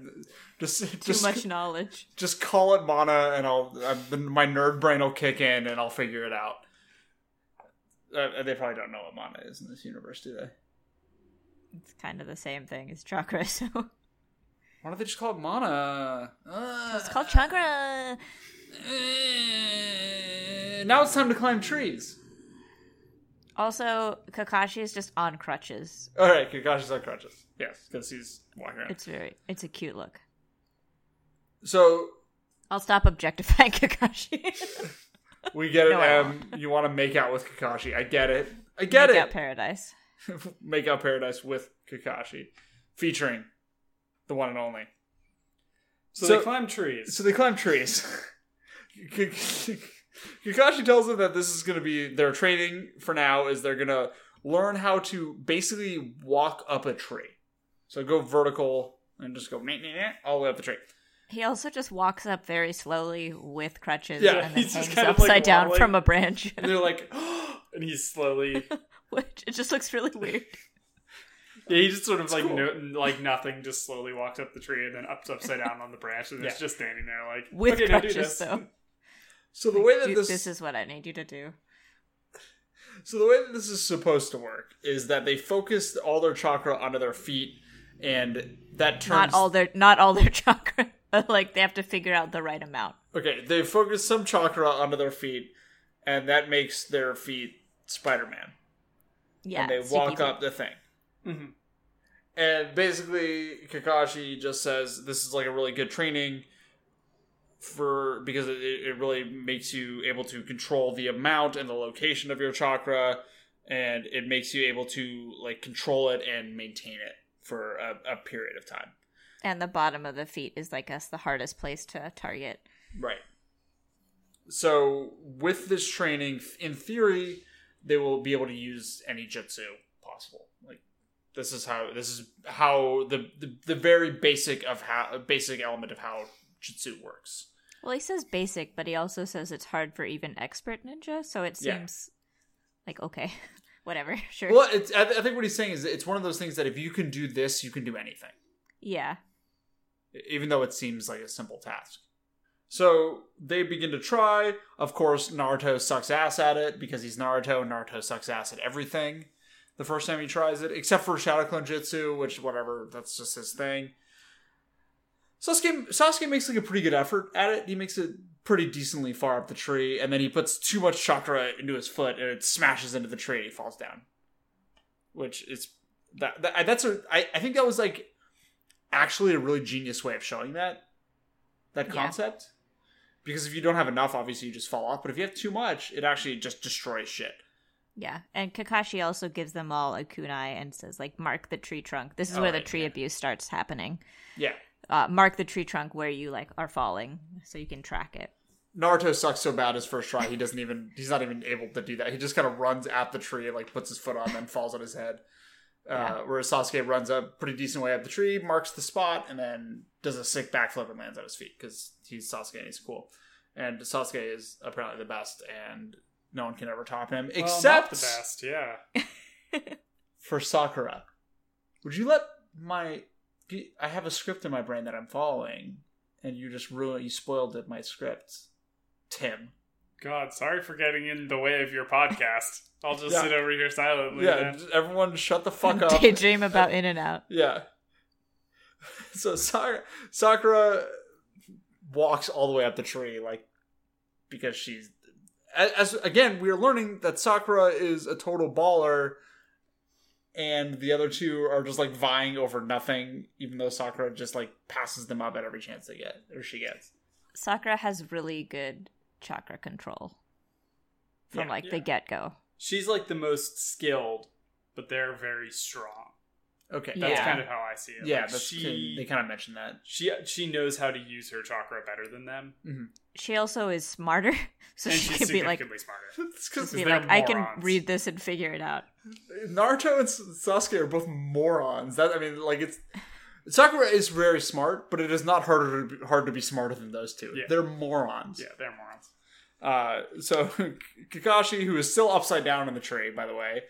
Speaker 1: just
Speaker 3: Too
Speaker 1: just
Speaker 3: much knowledge.
Speaker 1: just call it Mana, and I'll uh, my nerd brain will kick in, and I'll figure it out. Uh, they probably don't know what Mana is in this universe, do they?
Speaker 3: It's kind of the same thing as chakra. [laughs] So
Speaker 1: Why don't they just call it Mana? Uh,
Speaker 3: it's called chakra.
Speaker 1: Uh, now it's time to climb trees.
Speaker 3: Also, Kakashi is just on crutches.
Speaker 1: All right, Kakashi's on crutches. Yes, because he's walking around.
Speaker 3: It's very, it's a cute look.
Speaker 1: So
Speaker 3: I'll stop objectifying [laughs] Kakashi.
Speaker 1: we get it.
Speaker 3: No, I
Speaker 1: um, you want to make out with Kakashi? I get it. I get
Speaker 3: Make
Speaker 1: it. [laughs]
Speaker 3: out paradise.
Speaker 1: make out paradise with Kakashi, featuring the one and only.
Speaker 2: So,
Speaker 1: So-
Speaker 2: they climb trees.
Speaker 1: So they climb trees. [laughs] K- K- Kakashi tells them that this is going to be their training for now. Is they're going to learn how to basically walk up a tree. So go vertical and just go meh, meh, meh, all the way up the tree.
Speaker 3: He also just walks up very slowly with crutches
Speaker 1: Yeah,
Speaker 3: and then
Speaker 2: he's just
Speaker 3: hangs
Speaker 2: kind of,
Speaker 3: upside
Speaker 2: like,
Speaker 3: down
Speaker 2: wobbling.
Speaker 3: from a branch, [laughs]
Speaker 1: And they're like, [gasps]
Speaker 2: and he's slowly
Speaker 1: [laughs]
Speaker 3: which it just looks really weird.
Speaker 2: Yeah, he just sort of
Speaker 1: It's
Speaker 2: like
Speaker 1: cool.
Speaker 2: no, like nothing, just slowly walks up the tree and then ups upside down on the branch and it's
Speaker 1: Yeah.
Speaker 2: just standing there like
Speaker 3: With
Speaker 2: okay, now do
Speaker 3: crutches,
Speaker 2: this.
Speaker 3: though.
Speaker 1: so the way that
Speaker 3: Dude,
Speaker 1: this,
Speaker 3: this is what I need you to do.
Speaker 1: so the way that this is supposed to work is that they focus all their chakra onto their feet, and that turns
Speaker 3: Not all their, not all their [laughs] chakra, but like they have to figure out the right amount.
Speaker 1: Okay, they focus some chakra onto their feet, and that makes their feet Spider Man.
Speaker 3: Yeah,
Speaker 1: and they
Speaker 3: sticky
Speaker 1: walk
Speaker 3: feet.
Speaker 1: up the thing.
Speaker 2: Mhm.
Speaker 1: And basically, Kakashi just says this is like a really good training for because it, it really makes you able to control the amount and the location of your chakra, and it makes you able to like control it and maintain it for a, a period of time.
Speaker 3: and the bottom of the feet is like us the hardest place to target.
Speaker 1: Right. So with this training, in theory, they will be able to use any jutsu possible. Like this is how this is how the the, the very basic of how basic element of how jutsu works.
Speaker 3: Well, he says basic, but he also says it's hard for even expert ninja, so it
Speaker 1: Yeah.
Speaker 3: seems like okay, [laughs] whatever, sure.
Speaker 1: Well, it's, I, th- I think what he's saying is it's one of those things that if you can do this, you can do anything. e,
Speaker 3: Yeah.
Speaker 1: even though it seems like a simple task. So they begin to try. Of course, Naruto sucks ass at it because he's Naruto. and Naruto sucks ass at everything the first time he tries it, except for Shadow Clone Jutsu, which, whatever, that's just his thing. Sasuke, Sasuke makes like a pretty good effort at it. He makes it pretty decently far up the tree, and then he puts too much chakra into his foot, and it smashes into the tree, and he falls down. Which is that, that that's a I, I think that was like actually a really genius way of showing that that
Speaker 3: Yeah.
Speaker 1: concept. Because if you don't have enough, obviously you just fall off. But if you have too much, it actually just destroys shit.
Speaker 3: Yeah, and Kakashi also gives them all a kunai and says like mark the tree trunk. This is
Speaker 1: Oh,
Speaker 3: where the
Speaker 1: right,
Speaker 3: tree
Speaker 1: yeah.
Speaker 3: abuse starts happening.
Speaker 1: Yeah.
Speaker 3: Uh, mark the tree trunk where you like are falling so you can track it.
Speaker 1: Naruto sucks so bad his first try. He doesn't even. He's not even able to do that. He just kind of runs at the tree and like puts his foot on, then falls on his head. Uh,
Speaker 3: Yeah.
Speaker 1: Whereas Sasuke runs a pretty decent way up the tree, marks the spot, and then does a sick backflip and lands on his feet because he's Sasuke and he's cool. And Sasuke is apparently the best, and no one can ever top him
Speaker 2: Well, not
Speaker 1: except
Speaker 2: the best, yeah.
Speaker 1: for Sakura. Would you let my? I have a script in my brain that I'm following, and you just ruined. You spoiled it. My script, Tim.
Speaker 2: God, sorry for getting in the way of your podcast. I'll just
Speaker 1: Yeah.
Speaker 2: sit over here silently.
Speaker 1: Yeah,
Speaker 2: then.
Speaker 1: just everyone shut the
Speaker 3: [laughs]
Speaker 1: fuck up.
Speaker 3: Daydream about in and out.
Speaker 1: [laughs] yeah. So Sa- Sakura walks all the way up the tree, like because she's a- as again we are learning that Sakura is a total baller, and the other two are just like vying over nothing. Even though Sakura just like passes them up at every chance they get or she gets.
Speaker 3: Sakura has really good chakra control from
Speaker 2: Yeah,
Speaker 3: like
Speaker 2: yeah.
Speaker 3: the get go.
Speaker 2: She's like the most skilled, but they're very strong.
Speaker 1: Okay.
Speaker 3: Yeah.
Speaker 2: That's kind of how I see it.
Speaker 1: yeah.
Speaker 2: Like,
Speaker 1: that's,
Speaker 2: she
Speaker 1: They kind of mentioned that. [laughs]
Speaker 2: she she knows how to use her chakra better than them,
Speaker 3: [laughs] She also is smarter, [laughs] so
Speaker 2: and
Speaker 3: she
Speaker 2: she's
Speaker 3: could be like,
Speaker 2: significantly smarter.
Speaker 1: It's
Speaker 3: just
Speaker 1: because
Speaker 3: be
Speaker 2: they're
Speaker 3: like, I can
Speaker 2: morons.
Speaker 3: read this and figure it out.
Speaker 1: Naruto and Sasuke are both morons. That I mean, like it's Sakura is very smart, but it is not harder to be, hard to be smarter than those two.
Speaker 2: Yeah.
Speaker 1: They're morons.
Speaker 2: Yeah, they're morons.
Speaker 1: Uh, so [laughs] Kakashi, who is still upside down in the tree, by the way,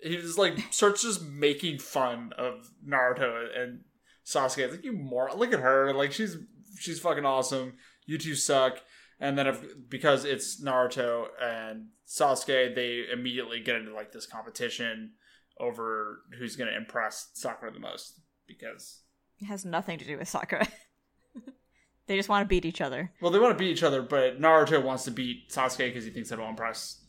Speaker 1: he just like starts just making fun of Naruto and Sasuke. It's like you moron. Look at her. Like she's she's fucking awesome. You two suck. And then if, because it's Naruto and Sasuke, they immediately get into like this competition over who's going to impress Sakura the most because
Speaker 3: It has nothing to do with Sakura. [laughs] they just want to beat each other.
Speaker 1: Well, they want to beat each other, but Naruto wants to beat Sasuke because he thinks it'll impress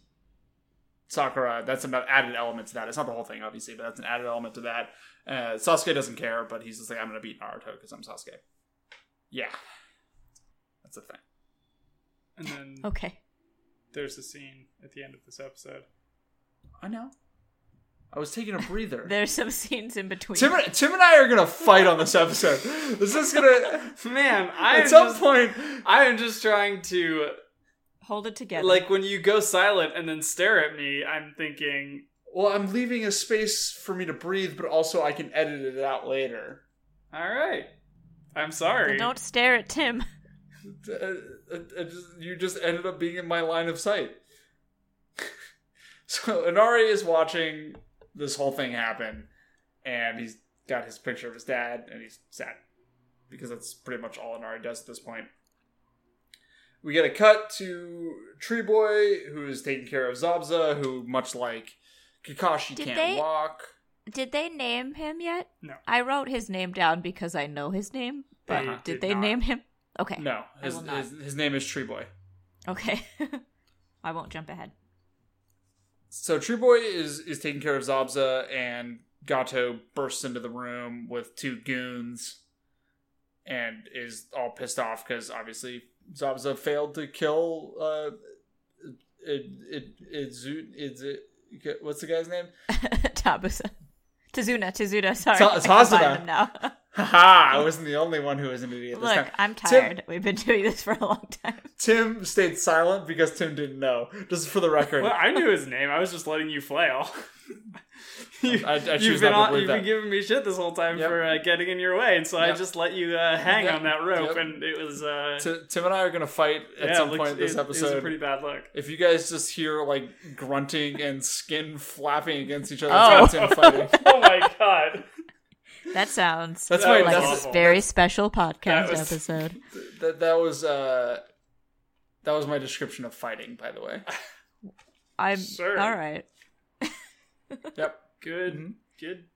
Speaker 1: Sakura. That's an added element to that. It's not the whole thing, obviously, but that's an added element to that. Uh, Sasuke doesn't care, but he's just like, I'm going to beat Naruto because I'm Sasuke. Yeah. That's the thing.
Speaker 2: And then
Speaker 3: Okay.
Speaker 2: there's a scene at the end of this episode.
Speaker 1: I know. I was taking a
Speaker 3: [laughs]
Speaker 1: breather.
Speaker 3: There's some scenes in between.
Speaker 1: Tim and, Tim and I are going to fight on this episode. This is going to.
Speaker 2: Man, [laughs] I
Speaker 1: At some point,
Speaker 2: I am just trying to
Speaker 3: Hold it together.
Speaker 2: like when you go silent and then stare at me. I'm thinking
Speaker 1: well, I'm leaving a space for me to breathe, but also I can edit it out later.
Speaker 2: All right. I'm
Speaker 3: Then
Speaker 2: sorry.
Speaker 3: don't stare at Tim. [laughs]
Speaker 1: Uh, uh, uh, just, you just ended up being in my line of sight. [laughs] so Inari is watching this whole thing happen, and he's got his picture of his dad, and he's sad because that's pretty much all Inari does at this point. We get a cut to Tree Boy, who is taking care of Zabza, who, much like Kakashi,
Speaker 3: Did
Speaker 1: can't
Speaker 3: they-
Speaker 1: walk.
Speaker 3: Did they name him yet?
Speaker 2: No.
Speaker 3: I wrote his name down because I know his name, but
Speaker 2: They
Speaker 3: did,
Speaker 2: did
Speaker 3: they
Speaker 2: not.
Speaker 3: name him? Okay.
Speaker 1: No,
Speaker 3: I
Speaker 1: his,
Speaker 3: will not.
Speaker 1: his, his name is Tree Boy.
Speaker 3: Okay. [laughs] I won't jump ahead. [laughs]
Speaker 1: So True Boy is is taking care of Zabza, and Gato bursts into the room with two goons, and is all pissed off because obviously Zabza failed to kill. Uh, it it it, it, it, it what's the guy's name?
Speaker 3: Tabusa. Tazuna, Tazuna, sorry. [laughs]
Speaker 1: Ta-
Speaker 3: I
Speaker 1: Tazuna.
Speaker 3: combined them now.
Speaker 1: Haha! I wasn't the only one who was an idiot this
Speaker 3: [laughs] Look,
Speaker 1: time.
Speaker 3: I'm tired. We've been doing this for a long time.
Speaker 1: Tim stayed silent because Tim didn't know. Just for the record,
Speaker 2: Well, I knew his name. I was just letting you flail. you,
Speaker 1: [laughs] I- I choose not
Speaker 2: you've been
Speaker 1: to
Speaker 2: on-
Speaker 1: believe
Speaker 2: you've been
Speaker 1: that.
Speaker 2: giving me shit this whole time
Speaker 1: Yep.
Speaker 2: for uh, getting in your way, and so
Speaker 1: Yep.
Speaker 2: I just let you uh, hang
Speaker 1: Yep.
Speaker 2: on that rope,
Speaker 1: Yep.
Speaker 2: and it was uh,
Speaker 1: Ti- Tim and I are gonna fight at
Speaker 2: yeah,
Speaker 1: some
Speaker 2: it looked-
Speaker 1: point this
Speaker 2: it- It was
Speaker 1: episode.
Speaker 2: a pretty bad look.
Speaker 1: If you guys just hear like grunting and skin flapping against each other,
Speaker 3: Oh.
Speaker 1: that's Tim fighting.
Speaker 2: [laughs] oh my god,
Speaker 3: That sounds
Speaker 1: That's
Speaker 2: That
Speaker 1: my
Speaker 2: was
Speaker 3: like
Speaker 1: that's,
Speaker 3: this
Speaker 2: awful.
Speaker 3: very special podcast
Speaker 2: That was-
Speaker 1: [laughs]
Speaker 3: episode.
Speaker 1: that, that was uh that was my description of fighting, by the way.
Speaker 3: I'm
Speaker 2: Sure.
Speaker 3: all right.
Speaker 1: Yep.
Speaker 2: good,
Speaker 1: Mhm.
Speaker 2: good,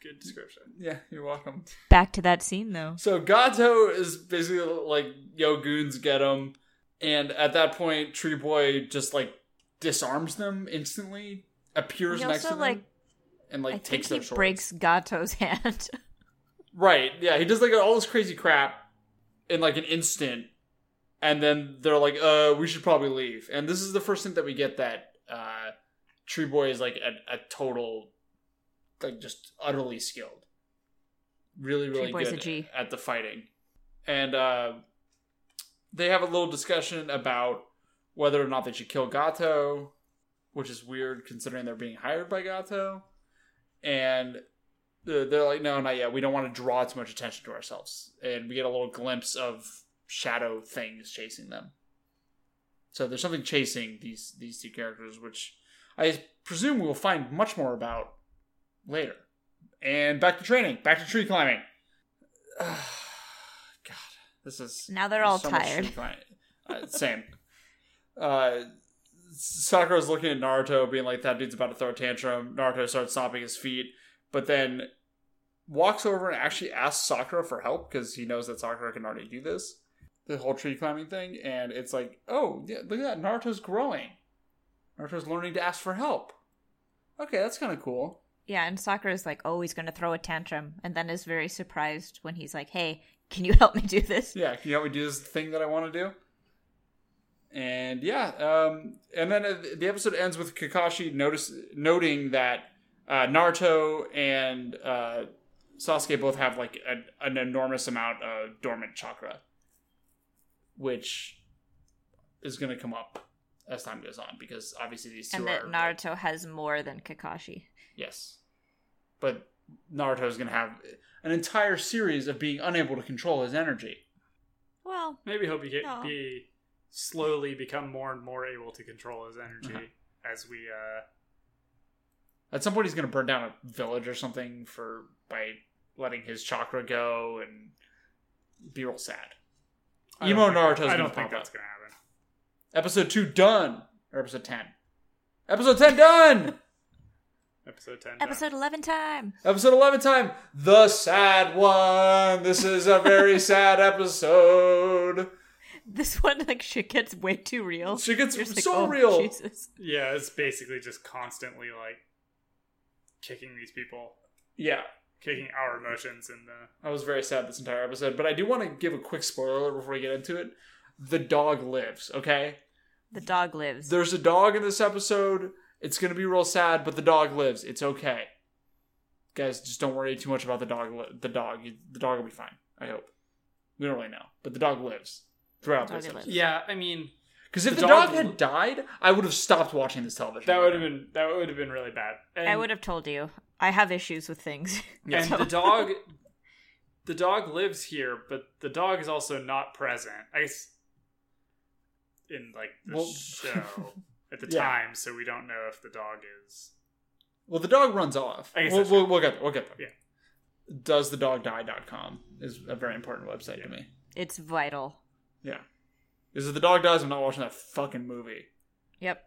Speaker 2: good description.
Speaker 1: Yeah, you're welcome.
Speaker 3: Back to that scene though.
Speaker 1: So Gato is basically like, yo, goons, get him. And at that point, Tree Boy just like disarms them instantly, appears
Speaker 3: He
Speaker 1: next to
Speaker 3: also
Speaker 1: them,
Speaker 3: like
Speaker 1: and like
Speaker 3: I think
Speaker 1: takes
Speaker 3: he
Speaker 1: their swords.
Speaker 3: breaks Gato's [laughs] hand.
Speaker 1: Right. Yeah, he does like all this crazy crap in like an instant, and then they're like, "Uh, we should probably leave." And this is the first thing that we get that uh, Tree Boy is like a, a total, like just utterly skilled, really really
Speaker 3: Tree Boy's a
Speaker 1: good
Speaker 3: G.
Speaker 1: at the fighting, and uh, they have a little discussion about whether or not they should kill Gato, which is weird considering they're being hired by Gato, and they're they're like, no, not yet. We don't want to draw too much attention to ourselves. And we get a little glimpse of shadow things chasing them. So there's something chasing these these two characters, which I presume we'll find much more about later. And back to training, back to tree climbing. [sighs] God, this is
Speaker 3: Now they're all
Speaker 1: so much
Speaker 3: tired.
Speaker 1: tree climbing. Uh, same. Uh, Sakura's looking at Naruto, being like, "That dude's about to throw a tantrum." Naruto starts stomping his feet, but then walks over and actually asks Sakura for help because he knows that Sakura can already do this, the whole tree climbing thing. And it's like, oh, yeah, look at that, Naruto's growing. Naruto's learning to ask for help. Okay, that's kind of cool.
Speaker 3: yeah, and Sakura's like, "Oh, he's going to throw a tantrum." And then is very surprised when he's like, "Hey, can you [laughs] help me do this?"
Speaker 1: Yeah, can you help me do this thing that I want to do? And yeah, um, and then uh, the episode ends with Kakashi notice noting that uh, Naruto and uh, Sasuke both have like a, an enormous amount of dormant chakra, which is going to come up as time goes on because obviously these two
Speaker 3: and
Speaker 1: are
Speaker 3: that
Speaker 1: like,
Speaker 3: Naruto has more than Kakashi.
Speaker 1: Yes. But Naruto is going to have an entire series of being unable to control his energy.
Speaker 3: Well,
Speaker 2: Maybe he'll be, get,
Speaker 3: No.
Speaker 2: be slowly become more and more able to control his energy
Speaker 1: Uh-huh.
Speaker 2: as we uh,
Speaker 1: At some point, he's going to burn down a village or something for by letting his chakra go and be real sad.
Speaker 2: I
Speaker 1: Emo
Speaker 2: don't think-
Speaker 1: Naruto's
Speaker 2: I
Speaker 1: gonna
Speaker 2: don't think
Speaker 1: pop
Speaker 2: that's
Speaker 1: up.
Speaker 2: gonna happen.
Speaker 1: Episode two done or episode ten. Episode ten done.
Speaker 2: [laughs] Episode ten. done.
Speaker 3: episode eleven time. [laughs]
Speaker 1: episode eleven time. The sad one. This is a
Speaker 2: [laughs]
Speaker 1: very sad episode.
Speaker 3: This one like shit gets way too real.
Speaker 1: She gets
Speaker 3: You're just like,
Speaker 1: so
Speaker 3: "Oh,
Speaker 1: real.
Speaker 3: Jesus.
Speaker 2: Yeah, it's basically just constantly like kicking these people,
Speaker 1: Yeah.
Speaker 2: kicking our emotions in the.
Speaker 1: I was very sad this entire episode, but I do want to give a quick spoiler alert before we get into it. The dog lives, okay?
Speaker 3: The dog lives.
Speaker 1: There's a dog in this episode. It's going to be real sad, but the dog lives. It's okay. Guys, just don't worry too much about the dog li- the dog. The dog will be fine, I hope. We don't really know, but the dog lives throughout
Speaker 3: The dog
Speaker 1: this episode.
Speaker 3: lives.
Speaker 2: Yeah, I mean
Speaker 1: Because if
Speaker 2: The
Speaker 1: the,
Speaker 2: dog
Speaker 1: dog, had died, I would have stopped watching this television.
Speaker 2: that would have
Speaker 1: program.
Speaker 2: been that would have been really bad. And,
Speaker 3: I would have told you. I have issues with things. [laughs]
Speaker 2: And the dog, the dog lives here, but the dog is also not present. I guess in like the
Speaker 1: Well-
Speaker 2: [laughs] show at the
Speaker 1: Yeah.
Speaker 2: time, so we don't know if the dog is.
Speaker 1: Well, the dog runs off.
Speaker 2: I guess
Speaker 1: We'll,
Speaker 2: that's
Speaker 1: we'll, we'll get there. We'll get there.
Speaker 2: Yeah.
Speaker 1: Does the dog die.com is a very important website
Speaker 2: Yeah.
Speaker 1: to me.
Speaker 3: It's vital.
Speaker 1: Yeah. Because if the dog dies, I'm not watching that fucking movie.
Speaker 3: Yep.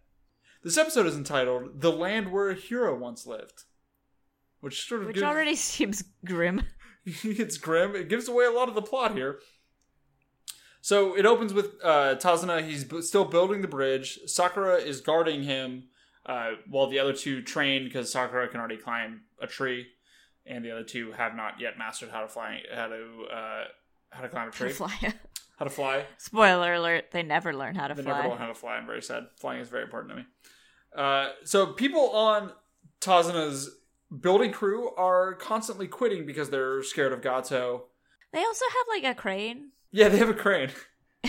Speaker 1: This episode is entitled The Land Where a Hero Once Lived. Which sort of
Speaker 3: Which
Speaker 1: gives,
Speaker 3: already [laughs] seems grim.
Speaker 1: [laughs] it's grim. It gives away a lot of the plot here. So it opens with uh, Tazuna. He's bu- still building the bridge. Sakura is guarding him uh, while the other two train because Sakura can already climb a tree, and the other two have not yet mastered how to fly, how to uh, how to climb a
Speaker 3: How to
Speaker 1: tree,
Speaker 3: fly. [laughs]
Speaker 1: how to fly.
Speaker 3: Spoiler alert, they never learn how to
Speaker 1: They
Speaker 3: fly.
Speaker 1: never learn how to fly. I'm very sad. Flying is very important to me. Uh, so people on Tazuna's building crew are constantly quitting because they're scared of Gato.
Speaker 3: They also have like a crane.
Speaker 1: Yeah, they have a crane.
Speaker 3: [laughs]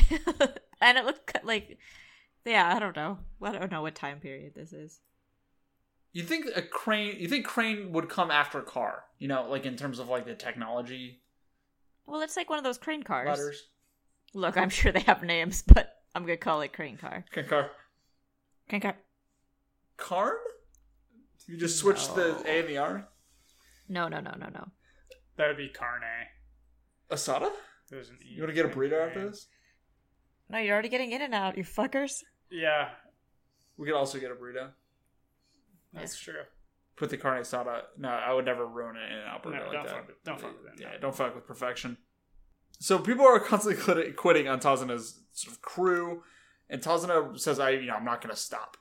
Speaker 3: and it looked ki- like yeah, I don't know. I don't know what time period this is.
Speaker 1: You think a crane? You think crane would come after a car? You know, like in terms of like the technology
Speaker 3: Well, it's like one of those crane cars.
Speaker 1: letters.
Speaker 3: Look, I'm sure they have names, but I'm gonna call it crane car.
Speaker 1: Crane car.
Speaker 3: Crane car.
Speaker 1: Carn? You just switched
Speaker 3: No.
Speaker 1: the A and the R.
Speaker 3: No, no, no, no, no.
Speaker 2: That would be carne.
Speaker 1: Asada?
Speaker 2: There's an E
Speaker 1: You want to get a
Speaker 2: in
Speaker 1: burrito after
Speaker 2: carne.
Speaker 1: this?
Speaker 3: No, you're already getting in and out, you fuckers.
Speaker 2: Yeah,
Speaker 1: We could also get a burrito.
Speaker 2: that's true.
Speaker 1: Put the carne asada. No, I would never ruin it in an out burrito
Speaker 2: No,
Speaker 1: like
Speaker 2: don't
Speaker 1: that.
Speaker 2: fuck with- don't fuck with that,
Speaker 1: Yeah,
Speaker 2: no.
Speaker 1: don't fuck with perfection. So people are [laughs] constantly quit- quitting on Tazuna's sort of crew, and Tazuna says, "I, you know, I'm not going to stop.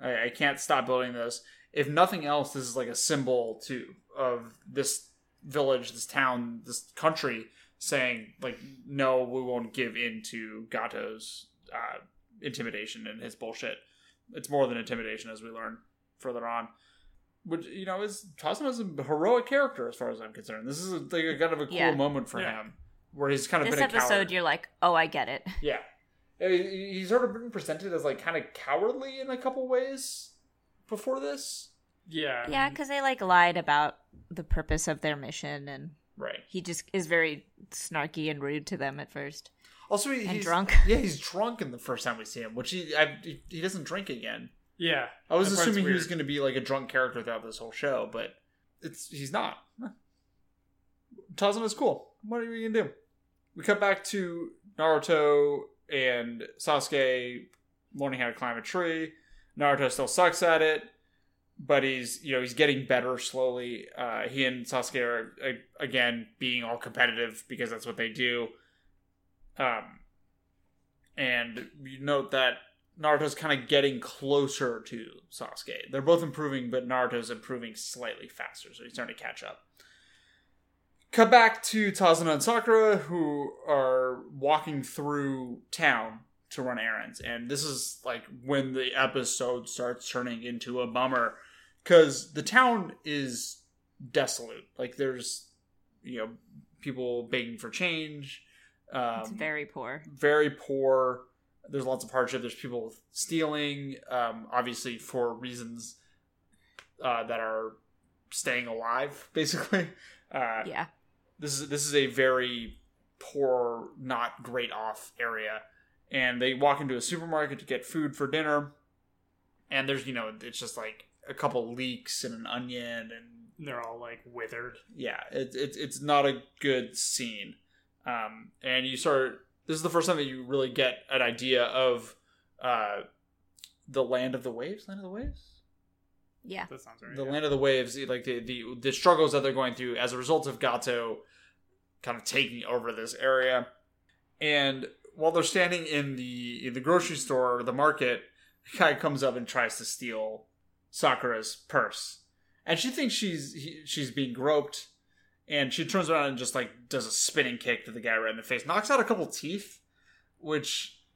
Speaker 1: I, I can't stop building this. If nothing else, this is like a symbol to of this village, this town, this country saying, like, no, we won't give in to Gato's uh, intimidation and his bullshit. It's more than intimidation, as we learn further on." Which you know is Tazuna's a heroic character as far as I'm concerned. This is like a kind of a cool
Speaker 3: Yeah.
Speaker 1: moment for
Speaker 2: Yeah.
Speaker 1: him where he's kind of
Speaker 3: this
Speaker 1: been a
Speaker 3: episode,
Speaker 1: coward.
Speaker 3: you're like, oh, I get it.
Speaker 1: Yeah. I mean, he- He's sort of been presented as like kind of cowardly in a couple ways before this. Um,
Speaker 2: Yeah,
Speaker 3: Yeah, because they like lied about the purpose of their mission, and
Speaker 1: Right.
Speaker 3: he just is very snarky and rude to them at first.
Speaker 1: Also, he,
Speaker 3: And
Speaker 1: he's
Speaker 3: drunk.
Speaker 1: Yeah, he's drunk in the first time we see him, which he I, he- he doesn't drink again.
Speaker 2: yeah.
Speaker 1: I was
Speaker 2: That part's
Speaker 1: assuming he was
Speaker 2: weird.
Speaker 1: going to be like a drunk character throughout this whole show, but it's he's not. Tazuma's cool. What are we going to do? We cut back to Naruto and Sasuke learning how to climb a tree. Naruto still sucks at it, but he's you know he's getting better slowly. Uh, he and Sasuke are uh, again being all competitive because that's what they do. Um, and you note that Naruto's kind of getting closer to Sasuke. They're both improving, but Naruto's improving slightly faster, so he's starting to catch up. Cut back to Tazuna and Sakura, who are walking through town to run errands. And this is like when the episode starts turning into a bummer because the town is desolate. Like there's, you know, people begging for change. Um,
Speaker 3: it's very poor.
Speaker 1: very poor. There's lots of hardship. There's people stealing, um, obviously for reasons uh, that are staying alive. [laughs] Basically, uh,
Speaker 3: Yeah.
Speaker 1: this is this is a very poor, not great off area, and they walk into a supermarket to get food for dinner, and there's you know it's just like a couple leeks and an onion and
Speaker 2: They're all like withered.
Speaker 1: yeah, it's it's it's not a good scene. Um, and you start. This is the first time that you really get an idea of uh, the land of the waves. Land of the waves. [laughs]
Speaker 3: Yeah.
Speaker 2: That sounds right.
Speaker 1: The
Speaker 2: yeah.
Speaker 1: land of the waves, like the, the the struggles that they're going through as a result of Gato kind of taking over this area. And while they're standing in the in the grocery store, or the market, the guy comes up and tries to steal Sakura's purse, and she thinks she's he, she's being groped, and she turns around and just like does a spinning kick to the guy right in the face, knocks out a couple teeth, which [laughs]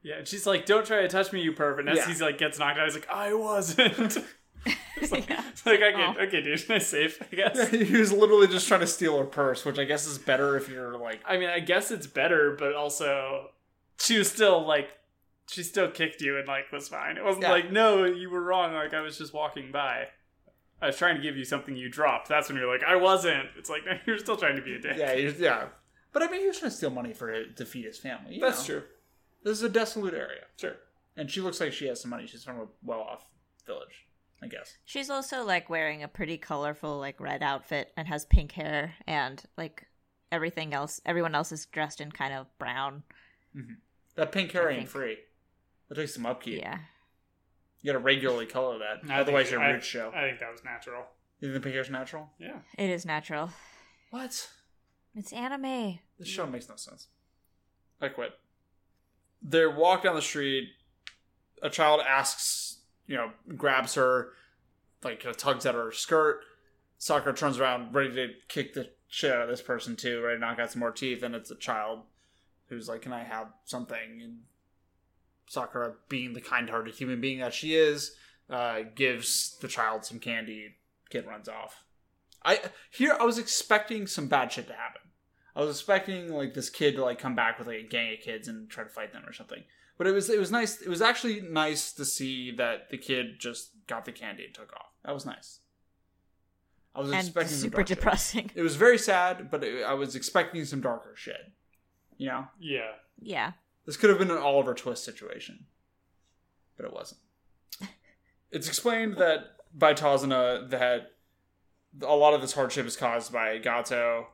Speaker 2: Yeah, and she's like, "Don't try to touch me, you perv." And as
Speaker 1: Yeah.
Speaker 2: he's like gets knocked out, he's like, "I wasn't." [laughs] it's like,
Speaker 3: [laughs] Yeah.
Speaker 2: it's like, okay,
Speaker 3: Aw.
Speaker 2: okay, dude, [laughs] it's safe, I guess.
Speaker 1: he was literally just trying to steal her purse, which I guess is better if you're like
Speaker 2: I mean, I guess it's better, but also she was still like, she still kicked you and like was fine. It wasn't
Speaker 1: Yeah.
Speaker 2: like, no, you were wrong. Like I was just walking by. I was trying to give you something you dropped. That's when you're like, I wasn't. It's like, [laughs] no, you're still trying to be a dick.
Speaker 1: yeah, he was- yeah. But I mean, he was trying to steal money for to feed his family. you
Speaker 2: that's
Speaker 1: know.
Speaker 2: true.
Speaker 1: This is a desolate area,
Speaker 2: Sure.
Speaker 1: and she looks like she has some money. She's from a well-off village, I guess.
Speaker 3: She's also like wearing a pretty colorful like red outfit and has pink hair and like everything else. Everyone else is dressed in kind of brown.
Speaker 1: That pink hair
Speaker 3: I
Speaker 1: ain't
Speaker 3: think-
Speaker 1: free. That takes some upkeep.
Speaker 3: Yeah.
Speaker 1: You gotta regularly color that,
Speaker 2: I
Speaker 1: otherwise
Speaker 2: think-
Speaker 1: your
Speaker 2: I-
Speaker 1: roots show.
Speaker 2: I think that was natural.
Speaker 1: you think the pink hair's natural?
Speaker 2: Yeah.
Speaker 3: It is natural.
Speaker 1: What?
Speaker 3: It's anime.
Speaker 1: This show makes no sense. I quit. They walk down the street. A child asks, you know, grabs her, like kind of tugs at her skirt. Sakura turns around, ready to kick the shit out of this person too, ready to knock out some more teeth. And it's a child who's like, "Can I have something?" And Sakura, being the kind-hearted human being that she is, uh, gives the child some candy. Kid runs off. I here I was expecting some bad shit to happen. I was expecting like this kid to like come back with like a gang of kids and try to fight them or something. But it was it was nice. It was actually nice to see that the kid just got the candy and took off. That was nice. I was
Speaker 3: And
Speaker 1: expecting some
Speaker 3: super
Speaker 1: dark shit.
Speaker 3: depressing. [laughs]
Speaker 1: It was very sad, but it, I was expecting some darker shit. You know,
Speaker 2: Yeah.
Speaker 3: Yeah.
Speaker 1: this could have been an Oliver Twist situation, but it wasn't. It's explained that by Tazana that a lot of this hardship is caused by Gato.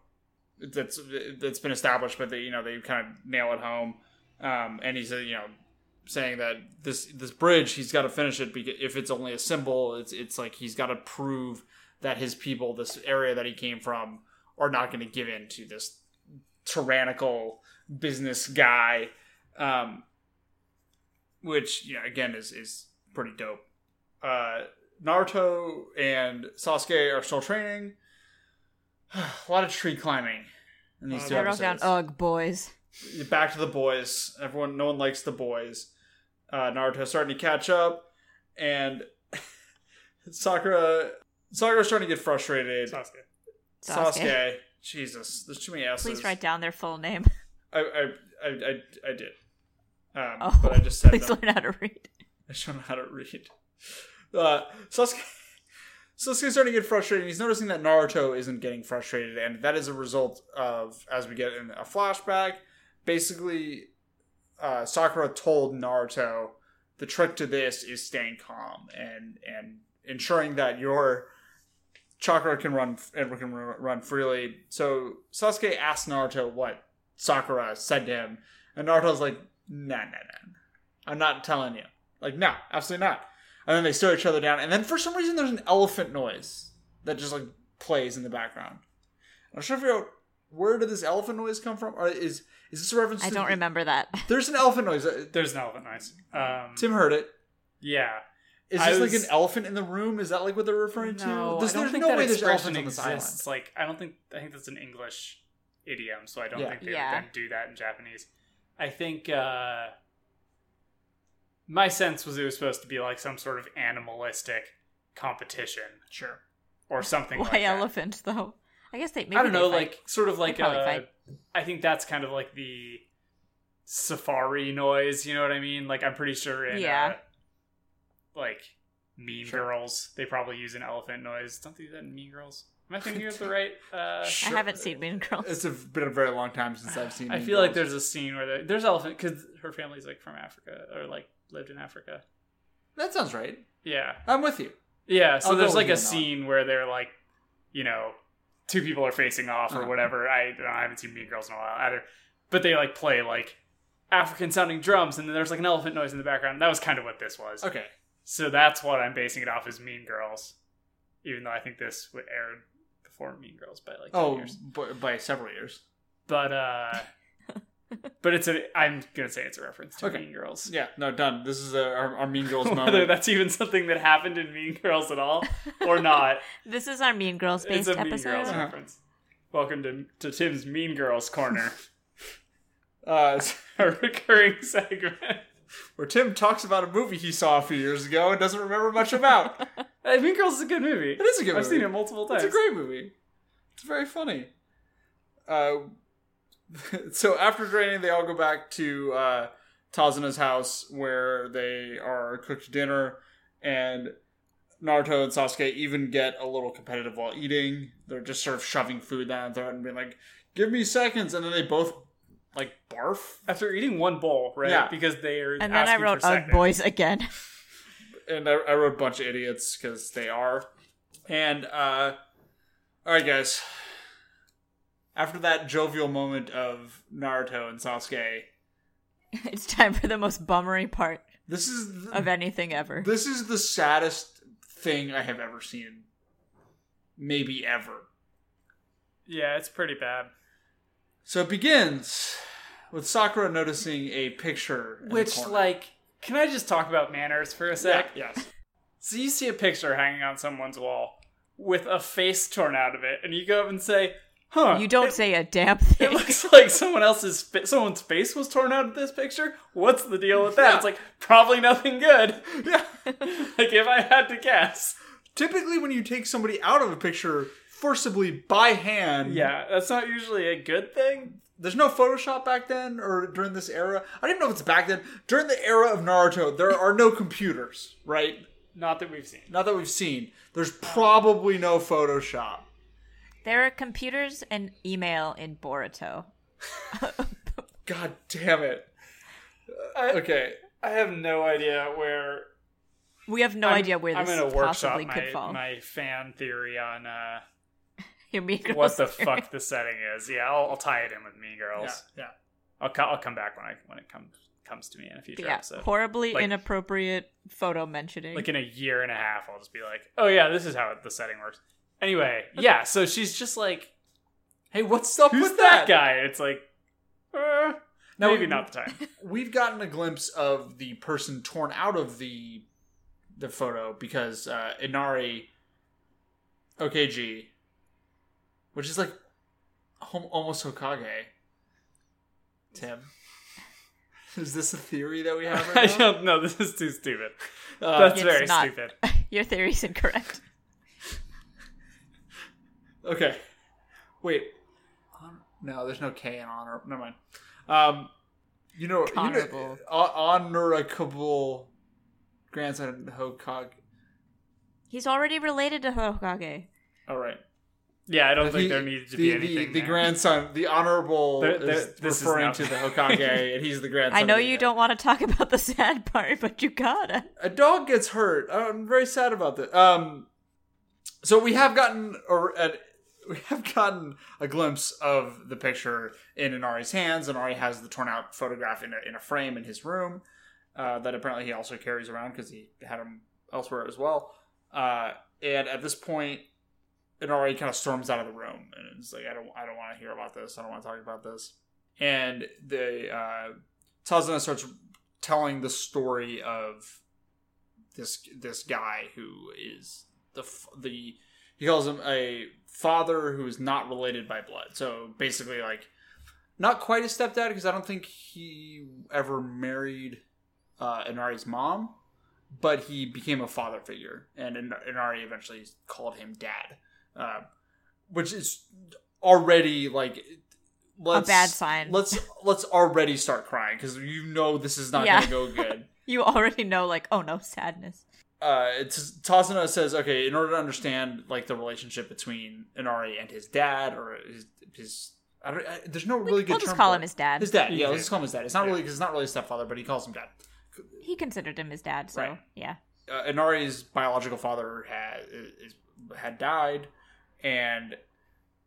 Speaker 1: That's that's been established, but they, you know they kind of nail it home. Um, and he's uh, you know saying that this this bridge he's got to finish it because if it's only a symbol, it's it's like he's got to prove that his people, this area that he came from, are not going to give in to this tyrannical business guy um, which yeah, again is is pretty dope. Uh, Naruto and Sasuke are still training. [sighs] A lot of tree climbing in these
Speaker 2: Uh,
Speaker 1: two
Speaker 3: I wrote down Oh,
Speaker 1: episodes.
Speaker 3: ugh boys.
Speaker 1: Back to the boys. Everyone, no one likes the boys. Uh, Naruto's starting to catch up, and [laughs] Sakura Sakura's starting to get frustrated. Sasuke,
Speaker 2: Sasuke.
Speaker 3: Sasuke.
Speaker 1: Jesus, there's too many S's.
Speaker 3: Please write down their
Speaker 2: [laughs]
Speaker 3: full name.
Speaker 1: I I I I, I did, um,
Speaker 3: Oh,
Speaker 1: but I just said
Speaker 3: Please
Speaker 1: them.
Speaker 3: learn how to read.
Speaker 1: I just don't know how to read. Uh, Sasuke, Sasuke's starting to get frustrated. He's noticing that Naruto isn't getting frustrated, and that is a result of, as we get in a flashback, basically, uh, Sakura told Naruto the trick to this is staying calm and and ensuring that your chakra can run and can run freely. So Sasuke asked Naruto what Sakura said to him, and Naruto's like, "Nah, nah, nah, I'm not telling you." Like, no, absolutely not. And then they stare each other down, and then for some reason there's an elephant noise that just like plays in the background. I'm trying to figure out where did this elephant noise come from, or is is this a reference?
Speaker 3: I
Speaker 1: to
Speaker 3: don't
Speaker 1: the-
Speaker 3: remember
Speaker 2: [laughs]
Speaker 3: that.
Speaker 1: There's an elephant noise. Uh,
Speaker 2: There's an elephant noise. Um,
Speaker 1: Tim heard it.
Speaker 2: yeah.
Speaker 1: Is
Speaker 2: I
Speaker 1: this like
Speaker 2: was-
Speaker 1: an elephant in the room? Is that like what they're referring to? There's,
Speaker 2: I don't
Speaker 1: there's
Speaker 2: think
Speaker 1: no
Speaker 2: that
Speaker 1: way there's
Speaker 2: expression
Speaker 1: elephants on this
Speaker 2: exists.
Speaker 1: island.
Speaker 2: Like, I don't think I think that's an English idiom, so I don't
Speaker 1: Yeah.
Speaker 2: think they
Speaker 3: Yeah.
Speaker 2: would then do that in Japanese. I think uh, my sense was it was supposed to be like some sort of animalistic competition
Speaker 1: Sure.
Speaker 2: or something
Speaker 3: Why
Speaker 2: like that.
Speaker 3: elephant though? I guess they maybe
Speaker 2: I don't
Speaker 3: they
Speaker 2: know,
Speaker 3: fight.
Speaker 2: like sort of like
Speaker 3: probably
Speaker 2: a.
Speaker 3: fight.
Speaker 2: I think that's kind of like the safari noise. You know what I mean? Like I'm pretty sure in
Speaker 3: Yeah.
Speaker 2: uh, like Mean
Speaker 1: Sure.
Speaker 2: Girls, they probably use an elephant noise. Don't they do that in Mean Girls? Am I thinking
Speaker 3: [laughs]
Speaker 2: of the right? Uh,
Speaker 3: I haven't seen Mean Girls.
Speaker 1: It's a, been a very long time since I've seen.
Speaker 2: I
Speaker 1: Mean
Speaker 2: feel like
Speaker 1: Girls.
Speaker 2: there's a scene where there- there's elephant because her family's like from Africa or like lived in Africa.
Speaker 1: that sounds right.
Speaker 2: Yeah,
Speaker 1: I'm with you.
Speaker 2: yeah. So
Speaker 1: I'll go
Speaker 2: there's
Speaker 1: with
Speaker 2: like
Speaker 1: you
Speaker 2: a
Speaker 1: on that one.
Speaker 2: scene where they're like, you know, two people are facing off or
Speaker 1: Uh-huh.
Speaker 2: whatever. I don't know, I haven't seen Mean Girls in a while either, but they like play like African sounding drums, and then there's like an elephant noise in the background. That was kind of what this was.
Speaker 1: Okay.
Speaker 2: So that's what I'm basing it off is Mean Girls, even though I think this would aired before Mean Girls by like 10
Speaker 1: Oh,
Speaker 2: years.
Speaker 1: b- by several years. [laughs]
Speaker 2: But uh, but it's a I'm gonna say it's a reference to
Speaker 1: Okay.
Speaker 2: Mean Girls.
Speaker 1: Yeah. No, done. This is uh our, our Mean Girls
Speaker 2: [laughs] whether
Speaker 1: moment.
Speaker 2: that's even something that happened in Mean Girls at all or not.
Speaker 3: This is our Mean Girls
Speaker 2: it's
Speaker 3: based
Speaker 2: a Mean Girls
Speaker 3: episode.
Speaker 1: Uh-huh.
Speaker 2: reference. Welcome to, to Tim's Mean Girls Corner, [laughs]
Speaker 1: Uh, [laughs] so-
Speaker 2: our recurring [laughs] segment.
Speaker 1: where Tim talks about a movie he saw a few years ago and doesn't remember much about.
Speaker 2: Hey, mean Girls is a good movie.
Speaker 1: It is a good
Speaker 2: I've
Speaker 1: movie.
Speaker 2: seen it multiple times.
Speaker 1: It's a great movie. It's very funny. Uh, [laughs] so after training, they all go back to uh, Tazuna's house where they are cooked dinner, and Naruto and Sasuke even get a little competitive while eating. They're just sort of shoving food down their throat and being like, "Give me seconds," and then they both like barf,
Speaker 2: After eating one bowl, right?
Speaker 1: Yeah.
Speaker 2: Because they are
Speaker 3: And then I
Speaker 2: asking
Speaker 3: wrote
Speaker 2: for
Speaker 3: Ugg
Speaker 2: second.
Speaker 3: Boys again. [laughs]
Speaker 1: and I, I wrote a bunch of idiots because they are. And uh, all right, guys. After that jovial moment of Naruto and Sasuke,
Speaker 3: it's time for the most bummery part
Speaker 1: this is th-
Speaker 3: of anything ever.
Speaker 1: this is the saddest thing I have ever seen, maybe ever.
Speaker 2: Yeah, it's pretty bad.
Speaker 1: So it begins with Sakura noticing a picture, in the
Speaker 2: Which,
Speaker 1: corner.
Speaker 2: like, can I just talk about manners for a
Speaker 1: yeah,
Speaker 2: sec?
Speaker 1: yes,
Speaker 2: So you see a picture hanging on someone's wall with a face torn out of it, and you go up and say, "Huh?
Speaker 3: you don't
Speaker 2: it-
Speaker 3: say a damn
Speaker 2: It
Speaker 3: [laughs] thing.
Speaker 2: looks [laughs] like someone else's fa- someone's face was torn out of this picture. What's the deal with that? It's like probably nothing [laughs] good.
Speaker 1: yeah.
Speaker 2: like if I had to guess,
Speaker 1: Typically, when you take somebody out of a picture forcibly by hand,
Speaker 2: yeah, that's not usually a good thing.
Speaker 1: There's no Photoshop back then or during this era. I don't even know if it's back then. During the era of Naruto, there are no computers, right?
Speaker 2: Not that we've seen.
Speaker 1: Not that we've seen. There's probably no Photoshop.
Speaker 3: there are computers and email in Boruto.
Speaker 1: God damn it.
Speaker 2: I,
Speaker 1: Okay.
Speaker 2: I have no idea where.
Speaker 3: We have no
Speaker 2: I'm-
Speaker 3: idea where
Speaker 2: I'm
Speaker 3: this
Speaker 2: gonna workshop
Speaker 3: possibly
Speaker 2: my,
Speaker 3: could fall.
Speaker 2: my fan theory on uh,
Speaker 3: [laughs] Your Mean [laughs] Girls.
Speaker 2: what the
Speaker 3: [laughs]
Speaker 2: fuck the setting is. Yeah, I'll, I'll tie it in with Mean Girls.
Speaker 1: yeah.
Speaker 2: I'll, co- will come back when I when it comes comes to me in a future
Speaker 3: Yeah,
Speaker 2: episode.
Speaker 3: horribly
Speaker 2: Like-
Speaker 3: inappropriate photo mentioning.
Speaker 2: like in a year and a half i'll just be like oh yeah this is how the setting works anyway yeah so she's
Speaker 1: [laughs]
Speaker 2: just like
Speaker 1: Hey, what's up
Speaker 2: who's
Speaker 1: with
Speaker 2: that,
Speaker 1: that?
Speaker 2: guy and it's like uh,
Speaker 1: Now-
Speaker 2: maybe not the
Speaker 1: [laughs]
Speaker 2: time [laughs]
Speaker 1: We've gotten a glimpse of the person torn out of the the photo because uh, Inari OKG, which is like hom- almost Hokage. Tim, [laughs] is this a theory that we have
Speaker 2: [laughs] i
Speaker 1: right now?
Speaker 2: don't know this is too stupid
Speaker 1: Uh,
Speaker 2: that's
Speaker 3: It's
Speaker 2: very
Speaker 3: not.
Speaker 2: stupid
Speaker 3: [laughs] Your theory's incorrect.
Speaker 1: Okay. Wait. Hon- No, there's no K in honor. Never mind. Um, you know, you know
Speaker 3: Honorable.
Speaker 1: uh, honorable grandson of Hokage.
Speaker 3: He's already related to Hokage.
Speaker 1: All right.
Speaker 2: yeah i don't
Speaker 1: The-
Speaker 2: think there needed
Speaker 1: the,
Speaker 2: to be
Speaker 1: the-
Speaker 2: anything
Speaker 1: The,
Speaker 2: there.
Speaker 1: grandson, the honorable,
Speaker 2: There- there-
Speaker 1: is
Speaker 2: this is
Speaker 1: referring
Speaker 2: not-
Speaker 1: to
Speaker 2: [laughs]
Speaker 1: the Hokage, and he's the grandson.
Speaker 3: I know
Speaker 1: of the
Speaker 3: you
Speaker 1: Hokage.
Speaker 3: don't want to talk about the [laughs] sad part, but you gotta.
Speaker 1: A dog gets hurt. I'm very sad about that. Um, so we have gotten or a we have gotten a glimpse of the picture in Inari's hands. Inari has the torn out photograph in a, in a frame in his room uh, that apparently he also carries around because he had him elsewhere as well. Uh, and at this point, Inari kind of storms out of the room and is like, "I don't, I don't want to hear about this. I don't want to talk about this." And the uh, Tazuna starts telling the story of this this guy who is the f- the he calls him a father who is not related by blood. So basically, like not quite a stepdad because I don't think he ever married. uh, Inari's mom, but he became a father figure, and In- Inari eventually called him dad, uh, which is already like let's,
Speaker 3: bad sign.
Speaker 1: Let's let's already start crying because you know this is not
Speaker 3: Yeah.
Speaker 1: going to go good. [laughs]
Speaker 3: You already know, like, oh no, sadness.
Speaker 1: uh, it's, Tazuna says, okay, in order to understand like the relationship between Inari and his dad or his, his I don't, I, there's no really good.
Speaker 3: we'll just
Speaker 1: term
Speaker 3: call
Speaker 1: for
Speaker 3: him
Speaker 1: it.
Speaker 3: his dad.
Speaker 1: His dad, yeah,
Speaker 2: Yeah.
Speaker 1: let's just call him his dad. It's not
Speaker 2: Yeah.
Speaker 1: really, 'cause it's not really stepfather, but he calls him dad.
Speaker 3: He considered him his dad, so
Speaker 1: Right.
Speaker 3: yeah.
Speaker 1: Uh, Inari's biological father had is, had died, and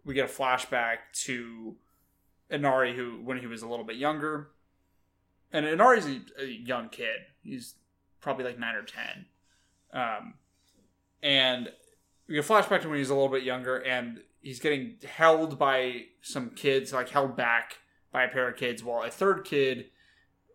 Speaker 1: we get a flashback to Inari who when he was a little bit younger, and Inari's a, a young kid. He's probably like nine or ten, um, and we get a flashback to when he's a little bit younger, and he's getting held by some kids, like held back by a pair of kids, while a third kid,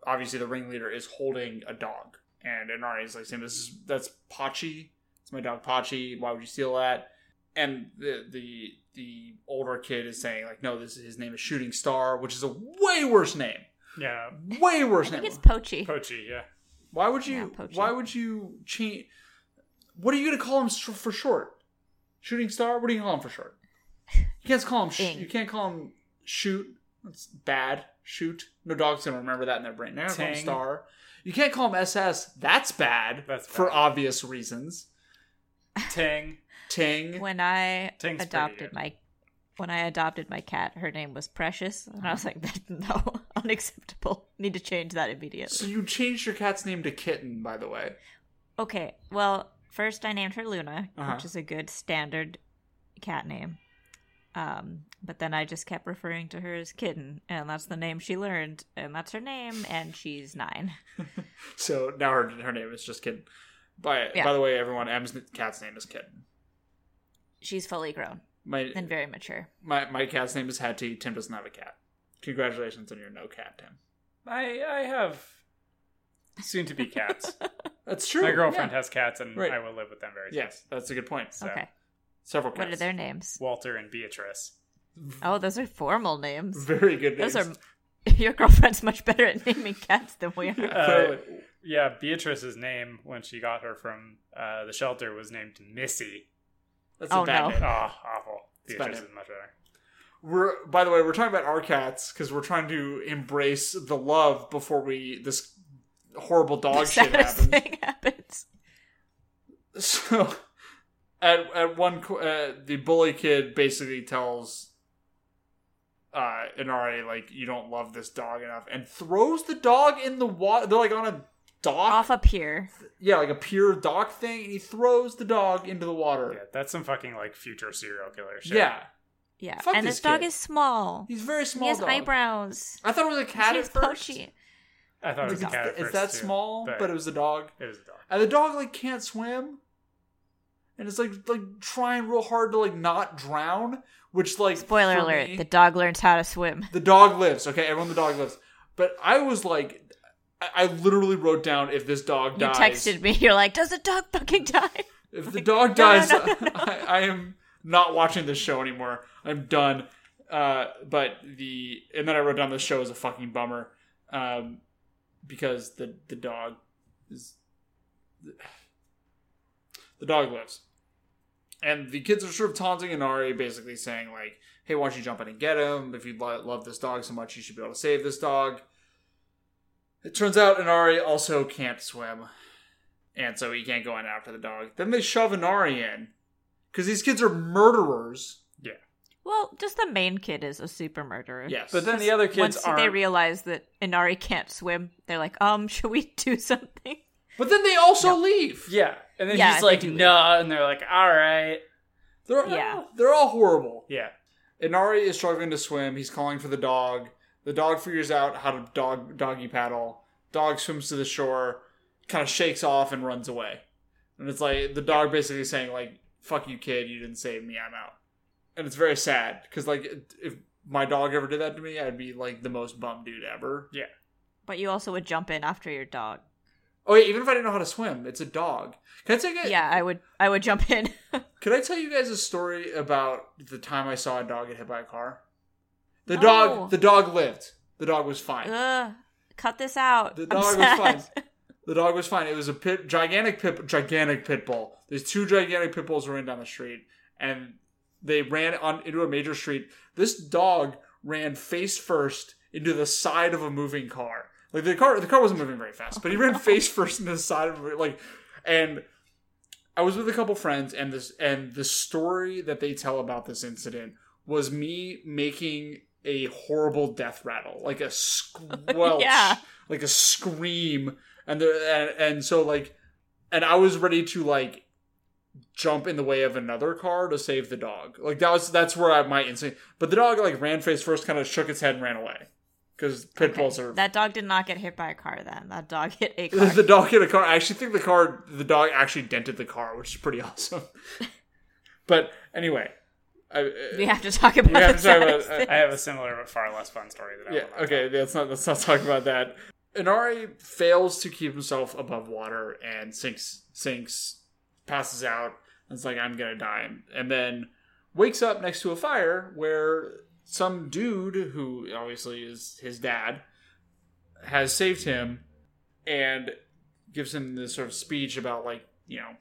Speaker 1: obviously the ringleader, is holding a dog. And Inari is like saying, "This is that's Pachi. It's my dog Pachi. Why would you steal that?" And the the the older kid is saying like, "No, this his name is Shooting Star, which is a way worse name.
Speaker 2: Yeah,
Speaker 1: Way
Speaker 3: I
Speaker 1: worse
Speaker 3: think
Speaker 1: name.
Speaker 3: it's Pochi.
Speaker 2: Pochi. Yeah,
Speaker 1: Why would
Speaker 3: Yeah,
Speaker 1: you?
Speaker 3: poaching.
Speaker 1: why would you change? What are you going to call him s- for short? Shooting star. What do you call him for short? You can't call him. Sh-
Speaker 3: Ing.
Speaker 1: you can't call him shoot. That's bad. Shoot. No dog's going to remember that in their brain. They're gonna call him
Speaker 2: Tang.
Speaker 1: star. You can't call him SS. That's bad.
Speaker 2: That's
Speaker 1: for
Speaker 2: bad.
Speaker 1: obvious reasons.
Speaker 2: Tang.
Speaker 1: Ting.
Speaker 3: When I
Speaker 2: Ting's pretty
Speaker 3: adopted
Speaker 2: good.
Speaker 3: my when I adopted my cat, her name was Precious, and I was like, [laughs] no, unacceptable. Need to change that immediately.
Speaker 1: so you changed your cat's name to kitten, by the way.
Speaker 3: Okay, well, first I named her Luna,
Speaker 1: Uh-huh.
Speaker 3: which is a good standard cat name. Um, but then I just kept referring to her as Kitten, and that's the name she learned, and that's her name, and she's nine.
Speaker 1: So now her her name is just kitten. By
Speaker 3: Yeah.
Speaker 1: by the way, everyone, M's n- cat's name is kitten.
Speaker 3: She's fully grown
Speaker 1: My
Speaker 3: and very mature.
Speaker 1: My my cat's name is Hattie. Tim doesn't have a cat. Congratulations on your no cat, Tim.
Speaker 2: I I have soon to be cats.
Speaker 1: That's true.
Speaker 2: My girlfriend
Speaker 1: Yeah.
Speaker 2: has cats, and
Speaker 1: Right.
Speaker 2: I will live with them very soon.
Speaker 1: Yes, that's a good point.
Speaker 2: So,
Speaker 3: okay,
Speaker 1: Several cats.
Speaker 3: what are their names?
Speaker 2: Walter and Beatrice.
Speaker 3: Oh, those are formal names.
Speaker 1: [laughs] Very good names.
Speaker 3: Those are [laughs] your girlfriend's much better at naming cats than we [laughs] are.
Speaker 2: Uh,
Speaker 1: Clearly.
Speaker 2: yeah, Beatrice's name when she got her from uh, the shelter was named Missy.
Speaker 1: that's
Speaker 3: oh,
Speaker 1: a bad [laughs]
Speaker 3: no.
Speaker 1: name.
Speaker 2: Oh, awful.
Speaker 1: It's bad
Speaker 2: Beatrice
Speaker 1: name.
Speaker 2: is much better.
Speaker 1: We're by the way, we're talking about our cats because we're trying to embrace the love before we this horrible
Speaker 3: [laughs]
Speaker 1: dog
Speaker 3: The
Speaker 1: shit
Speaker 3: saddest
Speaker 1: happens.
Speaker 3: thing happens.
Speaker 1: so at at one qu- uh, the bully kid basically tells uh Inari like you don't love this dog enough and throws the dog in the water they're like on a dock
Speaker 3: Off a pier.
Speaker 1: yeah like a pure dock thing and he throws the dog into the
Speaker 2: Yeah,
Speaker 1: water
Speaker 2: that's some fucking like future serial killer shit.
Speaker 1: yeah,
Speaker 3: Yeah,
Speaker 1: Fuck
Speaker 3: and
Speaker 1: this
Speaker 3: this dog
Speaker 1: kid.
Speaker 3: is small.
Speaker 1: he's a very
Speaker 3: he
Speaker 1: small
Speaker 3: has
Speaker 1: dog.
Speaker 3: eyebrows.
Speaker 1: I thought it was a cat
Speaker 3: He's
Speaker 1: at first
Speaker 3: poachy.
Speaker 2: I thought it was a
Speaker 1: Like,
Speaker 2: cat.
Speaker 1: it's-
Speaker 2: at
Speaker 1: it's
Speaker 2: first,
Speaker 1: that
Speaker 2: too,
Speaker 1: small but it was a dog
Speaker 2: it was a dog.
Speaker 1: and the dog like can't swim and it's like like trying real hard to like not drown which like
Speaker 3: Spoiler
Speaker 1: for
Speaker 3: alert:
Speaker 1: me-
Speaker 3: the dog learns how to swim.
Speaker 1: The dog lives. Okay, everyone, the dog lives. But I was like, I, I literally wrote down if this dog
Speaker 3: You
Speaker 1: dies.
Speaker 3: texted me. [laughs] You're like, "Does the dog fucking die?"
Speaker 1: If the dog
Speaker 3: no, no,
Speaker 1: dies,
Speaker 3: no, no, no.
Speaker 1: [laughs] I, I am not watching this show anymore. I'm done. Uh, but the and then I wrote down this show is a fucking bummer, um, because the the dog is the dog lives, and the kids are sort of taunting Inari, basically saying like, "Hey, why don't you jump in and get him? If you lo- love this dog so much, you should be able to save this dog." It turns out Inari also can't swim and so he can't go in after the dog. Then they shove Inari in because these kids are murderers.
Speaker 3: Well, just the main kid is a super murderer.
Speaker 1: Yes,
Speaker 2: But then the other kids
Speaker 3: Once
Speaker 2: aren't.
Speaker 3: they realize that Inari can't swim, they're like, "Um, should we [laughs] do something?"
Speaker 1: but then they also leave.
Speaker 2: yeah, and then
Speaker 3: Yeah,
Speaker 2: he's
Speaker 3: they
Speaker 2: like,
Speaker 3: do leave.
Speaker 2: "Nah," and they're like, "All right."
Speaker 1: they're
Speaker 3: Yeah.
Speaker 1: they're all horrible. [laughs]
Speaker 2: Yeah,
Speaker 1: Inari is struggling to swim. He's calling for the dog. The dog figures out how to dog doggy paddle. Dog swims to the shore, kind of shakes off and runs away. And it's like the dog basically saying like "fuck you, kid, you didn't save me, I'm out." And it's very sad because like if my dog ever did that to me, I'd be like the most bum dude ever.
Speaker 3: But you also would jump in after your dog.
Speaker 1: Oh, yeah, even if I didn't know how to swim, it's a dog. Can I tell you guys,
Speaker 3: Yeah, I would. I would jump in. [laughs]
Speaker 1: Can I tell you guys a story about the time I saw a dog get hit by a car? The
Speaker 3: No.
Speaker 1: dog, the dog lived. The dog was fine.
Speaker 3: Ugh, cut this out.
Speaker 1: The
Speaker 3: I'm
Speaker 1: dog was
Speaker 3: sad.
Speaker 1: fine. The dog was fine. It was a pit, gigantic pit, gigantic pit bull. There's two gigantic pit bulls running down the street, and they ran on into a major street. This dog ran face first into the side of a moving car. Like the car, the car wasn't moving very fast, but he ran [laughs] face first into the side of a- like. And I was with a couple friends, and this and the story that they tell about this incident was me making a horrible death rattle, like a squelch,
Speaker 3: Yeah.
Speaker 1: like a scream, and the and, and so like, and I was ready to like jump in the way of another car to save the dog. Like that was that's where I my instinct. But the dog like ran face first, kind of shook its head and ran away because pit
Speaker 3: [laughs] Okay,
Speaker 1: bulls are.
Speaker 3: That dog did not get hit by a car then. That dog hit a car.
Speaker 1: [laughs] the dog hit a car. I actually think the car, the dog actually dented the car, which is pretty [laughs] awesome. but anyway, I,
Speaker 3: we have to talk about
Speaker 1: have
Speaker 3: the
Speaker 1: to talk about- uh,
Speaker 3: saddest
Speaker 1: I-
Speaker 3: thing.
Speaker 2: I have a similar but far less fun story that I
Speaker 1: yeah,
Speaker 2: want to
Speaker 1: okay, let's not let's not talk about that. Inari fails to keep himself above water and sinks sinks, passes out. And it's like I'm gonna die, and then wakes up next to a fire where some dude who obviously is his dad has saved him and gives him this sort of speech about like you know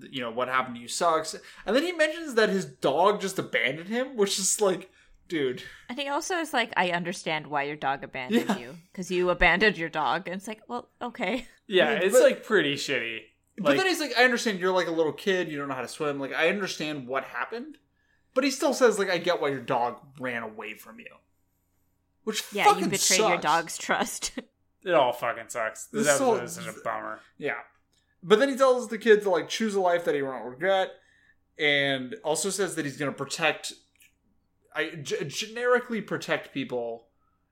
Speaker 1: th- you know what happened to you sucks and then he mentions that his dog just abandoned him which is like dude
Speaker 3: And he also is like, I understand why your dog abandoned
Speaker 1: Yeah.
Speaker 3: you because you abandoned your dog. And it's like, well,
Speaker 1: [laughs]
Speaker 3: okay.
Speaker 2: Yeah,
Speaker 1: Yeah,
Speaker 2: it's
Speaker 1: but-
Speaker 2: like pretty shitty.
Speaker 1: but
Speaker 2: Like,
Speaker 1: then he's like, I understand you're like a little kid, you don't know how to swim. Like, I understand what happened, but he still says like, I get why your dog ran away from you, which
Speaker 3: Yeah,
Speaker 1: fucking
Speaker 3: you betrayed
Speaker 1: sucks.
Speaker 3: your dog's trust. [laughs]
Speaker 2: it all fucking sucks. This,
Speaker 1: This
Speaker 2: episode
Speaker 1: whole-
Speaker 2: is such a bummer.
Speaker 1: Yeah, but then he tells the kid to like choose a life that he won't regret, and also says that he's gonna protect, I g- generically protect people,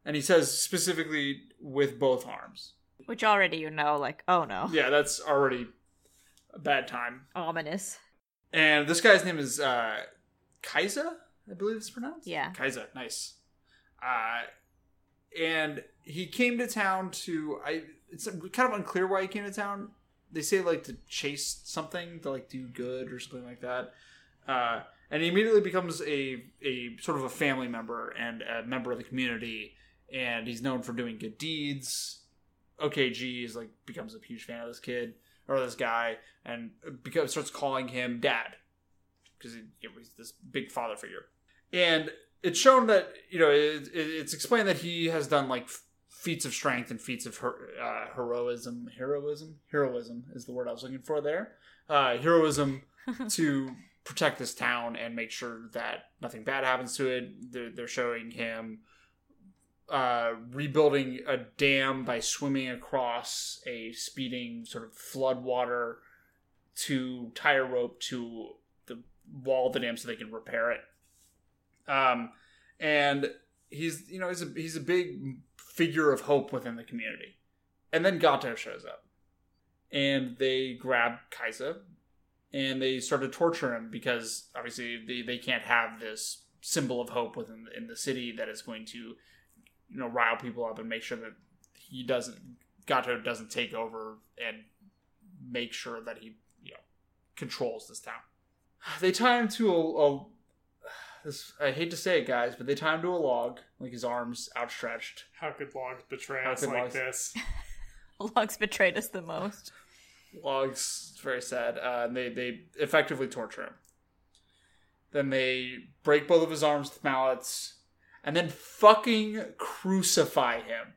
Speaker 1: and he says specifically with both arms.
Speaker 3: Which already you know, like, oh no.
Speaker 1: Yeah, that's already a bad time.
Speaker 3: Ominous. [laughs]
Speaker 1: And this guy's name is uh Kaisa, I believe it's pronounced.
Speaker 3: Yeah.
Speaker 1: Kaisa, nice. Uh and he came to town to I it's kind of unclear why he came to town. They say like to chase something, to like do good or something like that. Uh and he immediately becomes a a sort of a family member and a member of the community and he's known for doing good deeds. OKG is like becomes a huge fan of this kid or this guy and becomes, starts calling him dad because he, he was this big father figure. And it's shown that you know it, it, it's explained that he has done like f- feats of strength and feats of her, uh, heroism. Heroism, heroism is the word I was looking for there. Uh, heroism to protect this town and make sure that nothing bad happens to it. They're, they're showing him uh, rebuilding a dam by swimming across a speeding sort of floodwater to tie a rope to the wall of the dam so they can repair it. Um, and he's you know he's a he's a big figure of hope within the community. And then Gato shows up, and they grab Kaisa, and they start to torture him because obviously they, they can't have this symbol of hope within in the city that is going to you know rile people up and make sure that he doesn't Gato doesn't take over and make sure that he you know controls this town. [sighs] They tie him to a, [sighs] a this I hate to say it guys, but they tie him to a log, like his arms outstretched.
Speaker 2: How could logs betray
Speaker 1: How
Speaker 2: us
Speaker 1: could
Speaker 2: like
Speaker 1: logs-
Speaker 2: this?
Speaker 3: Logs betrayed us the most.
Speaker 1: Logs it's very sad. Uh, and they they effectively torture him. Then they break both of his arms with mallets, and then fucking crucify him,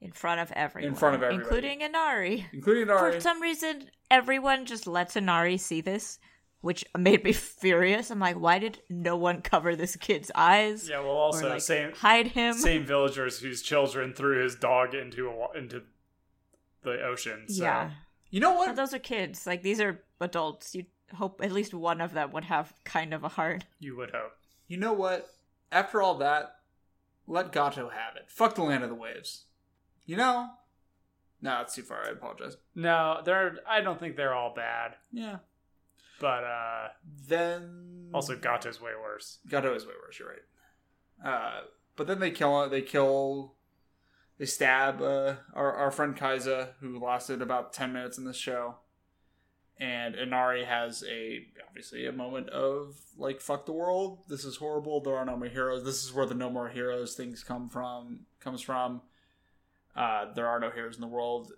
Speaker 3: In front of everyone.
Speaker 1: front of everybody.
Speaker 3: Including Inari.
Speaker 1: including Inari.
Speaker 3: For some reason, everyone just lets Inari see this, which made me [laughs] furious. I'm like, why did no one cover this kid's eyes?
Speaker 2: [laughs] Yeah, well,
Speaker 3: Or
Speaker 2: also
Speaker 3: like,
Speaker 2: same
Speaker 3: hide him.
Speaker 2: same villagers whose children threw his dog into a, wa- into the ocean. So.
Speaker 3: Yeah.
Speaker 1: You know
Speaker 3: But
Speaker 1: what?
Speaker 3: those are kids. Like these are adults. You'd hope at least one of them would have kind of a heart.
Speaker 2: You would hope.
Speaker 1: You know what? After all that, let Gato have it. Fuck the land of the waves. You know? No, it's too far. I apologize.
Speaker 2: No, they're. I don't think they're all bad,
Speaker 1: Yeah.
Speaker 2: but uh
Speaker 1: Then
Speaker 2: also Gato's way worse.
Speaker 1: Gato is way worse. You're right. Uh, but then they kill. They kill. They stab uh, our our friend Kaiza, who lasted about ten minutes in the show. And Inari has a obviously a moment of like fuck the world. This is horrible. There are no more heroes. This is where the no more heroes things come from comes from. Uh, there are no heroes in the world.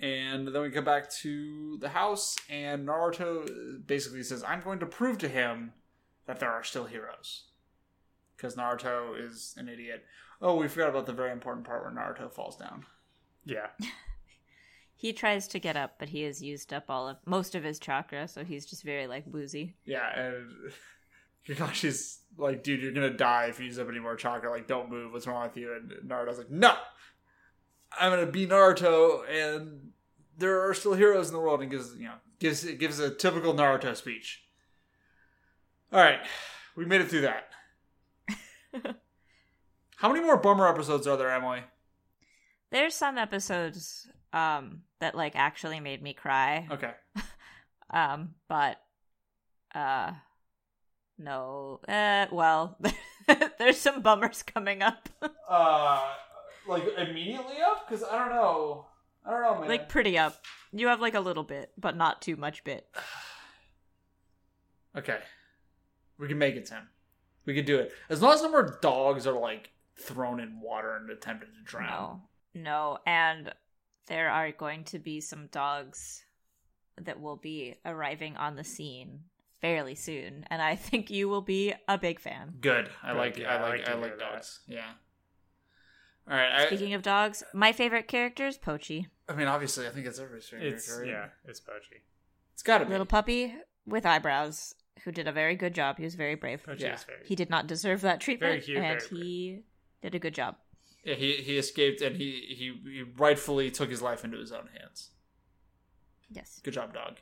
Speaker 1: And then we come back to the house, and Naruto basically says, I'm going to prove to him that there are still heroes. Because Naruto is an idiot. Oh, we forgot about the very important part where Naruto falls down.
Speaker 2: Yeah.
Speaker 3: He tries to get up, but he has used up all of most of his chakra, so he's just very like woozy.
Speaker 1: Yeah, and [laughs] Kakashi's like, dude, you're gonna die if you use up any more chakra. Like, don't move. What's wrong with you? And Naruto's like, no, I'm gonna be Naruto, and there are still heroes in the world. And gives you know gives it gives a typical Naruto speech. All right, we made it through that. How many more bummer episodes are there, Emily?
Speaker 3: There's some episodes um that like actually made me cry.
Speaker 1: Okay,
Speaker 3: Um, but uh no. Uh well, [laughs] there's some bummers coming up.
Speaker 1: uh, like immediately up because I don't know, I don't know, man.
Speaker 3: like pretty up. You have like a little bit, but not too much bit.
Speaker 1: Okay. We can make it, Tim. We can do it. As long as no more dogs are like thrown in water and attempted to drown.
Speaker 3: No. No, and there are going to be some dogs that will be arriving on the scene fairly soon, and I think you will be a big fan.
Speaker 1: Good. I
Speaker 2: Good,
Speaker 1: like
Speaker 2: yeah,
Speaker 1: I
Speaker 2: I
Speaker 1: like
Speaker 2: like to
Speaker 1: I
Speaker 2: hear
Speaker 1: like
Speaker 2: that.
Speaker 1: dogs. Yeah. All right.
Speaker 3: Speaking of dogs, my favorite character is Pochi,
Speaker 1: I, I mean, obviously, I think it's everybody's favorite
Speaker 2: It's
Speaker 1: character.
Speaker 2: yeah,
Speaker 1: right?
Speaker 2: it's Pochi.
Speaker 1: It's got to be.
Speaker 3: little puppy with eyebrows, who did a very good job. He was very brave.
Speaker 2: Pochi
Speaker 1: Yeah.
Speaker 2: is very
Speaker 3: He did not deserve that treatment,
Speaker 2: Very cute,
Speaker 3: and
Speaker 2: very
Speaker 3: he did a good job.
Speaker 1: Yeah, he he escaped and he, he he rightfully took his life into his own hands.
Speaker 3: Yes.
Speaker 1: Good job, dog.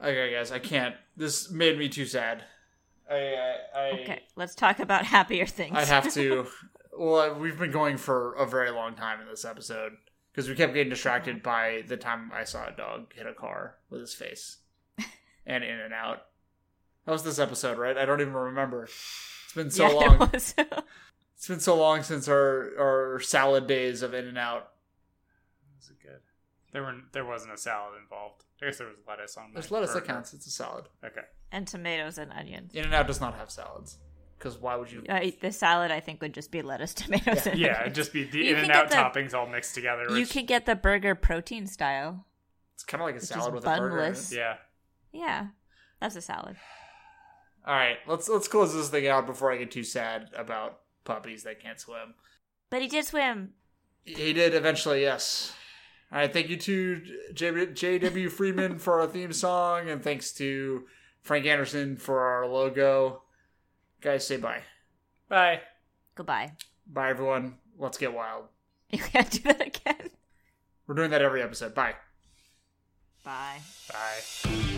Speaker 1: Okay, guys, I can't. This made me too sad. I I, I
Speaker 3: Okay, let's talk about [laughs] happier things.
Speaker 1: I have
Speaker 3: [laughs]
Speaker 1: to. well, uh, we've been going for a very long time in this episode because we kept getting distracted by the time I saw a dog hit a car with his
Speaker 3: [laughs]
Speaker 1: face and in and out. That was this episode, right? I don't even remember. It's been so
Speaker 3: yeah,
Speaker 1: long.
Speaker 3: There was.
Speaker 1: It's been so long since our our salad days of in and out.
Speaker 2: Is it good? There were there wasn't a salad involved. I guess there was lettuce on. my
Speaker 1: There's lettuce that
Speaker 2: burger.
Speaker 1: counts. It's a salad.
Speaker 2: Okay.
Speaker 3: [laughs] and tomatoes and onions.
Speaker 1: In and out does not have salads because why would you?
Speaker 3: I, the salad, I think, would just be lettuce, [laughs] tomatoes, and
Speaker 2: Yeah,
Speaker 3: onions.
Speaker 2: it'd
Speaker 3: [laughs]
Speaker 2: just be the
Speaker 3: You
Speaker 2: in and
Speaker 3: can
Speaker 2: out
Speaker 3: get
Speaker 2: toppings all mixed together.
Speaker 3: You
Speaker 2: Which,
Speaker 3: can get the burger protein style.
Speaker 1: It's kind of like a
Speaker 3: It's
Speaker 1: salad
Speaker 3: just
Speaker 1: with a burger. in it.
Speaker 3: bunless.
Speaker 2: Yeah.
Speaker 3: Yeah, that's a salad.
Speaker 1: All right, let's let's close this thing out before I get too sad about puppies that can't swim.
Speaker 3: But he did swim.
Speaker 1: He did eventually, yes. All right, thank you to J- J.W. Freeman for our theme song, and thanks to Frank Anderson for our logo. Guys, say bye.
Speaker 2: Bye.
Speaker 3: Goodbye. [laughs]
Speaker 1: Bye, everyone. Let's get wild.
Speaker 3: You can't do that again.
Speaker 1: We're doing that every episode. Bye.
Speaker 3: Bye.
Speaker 2: Bye.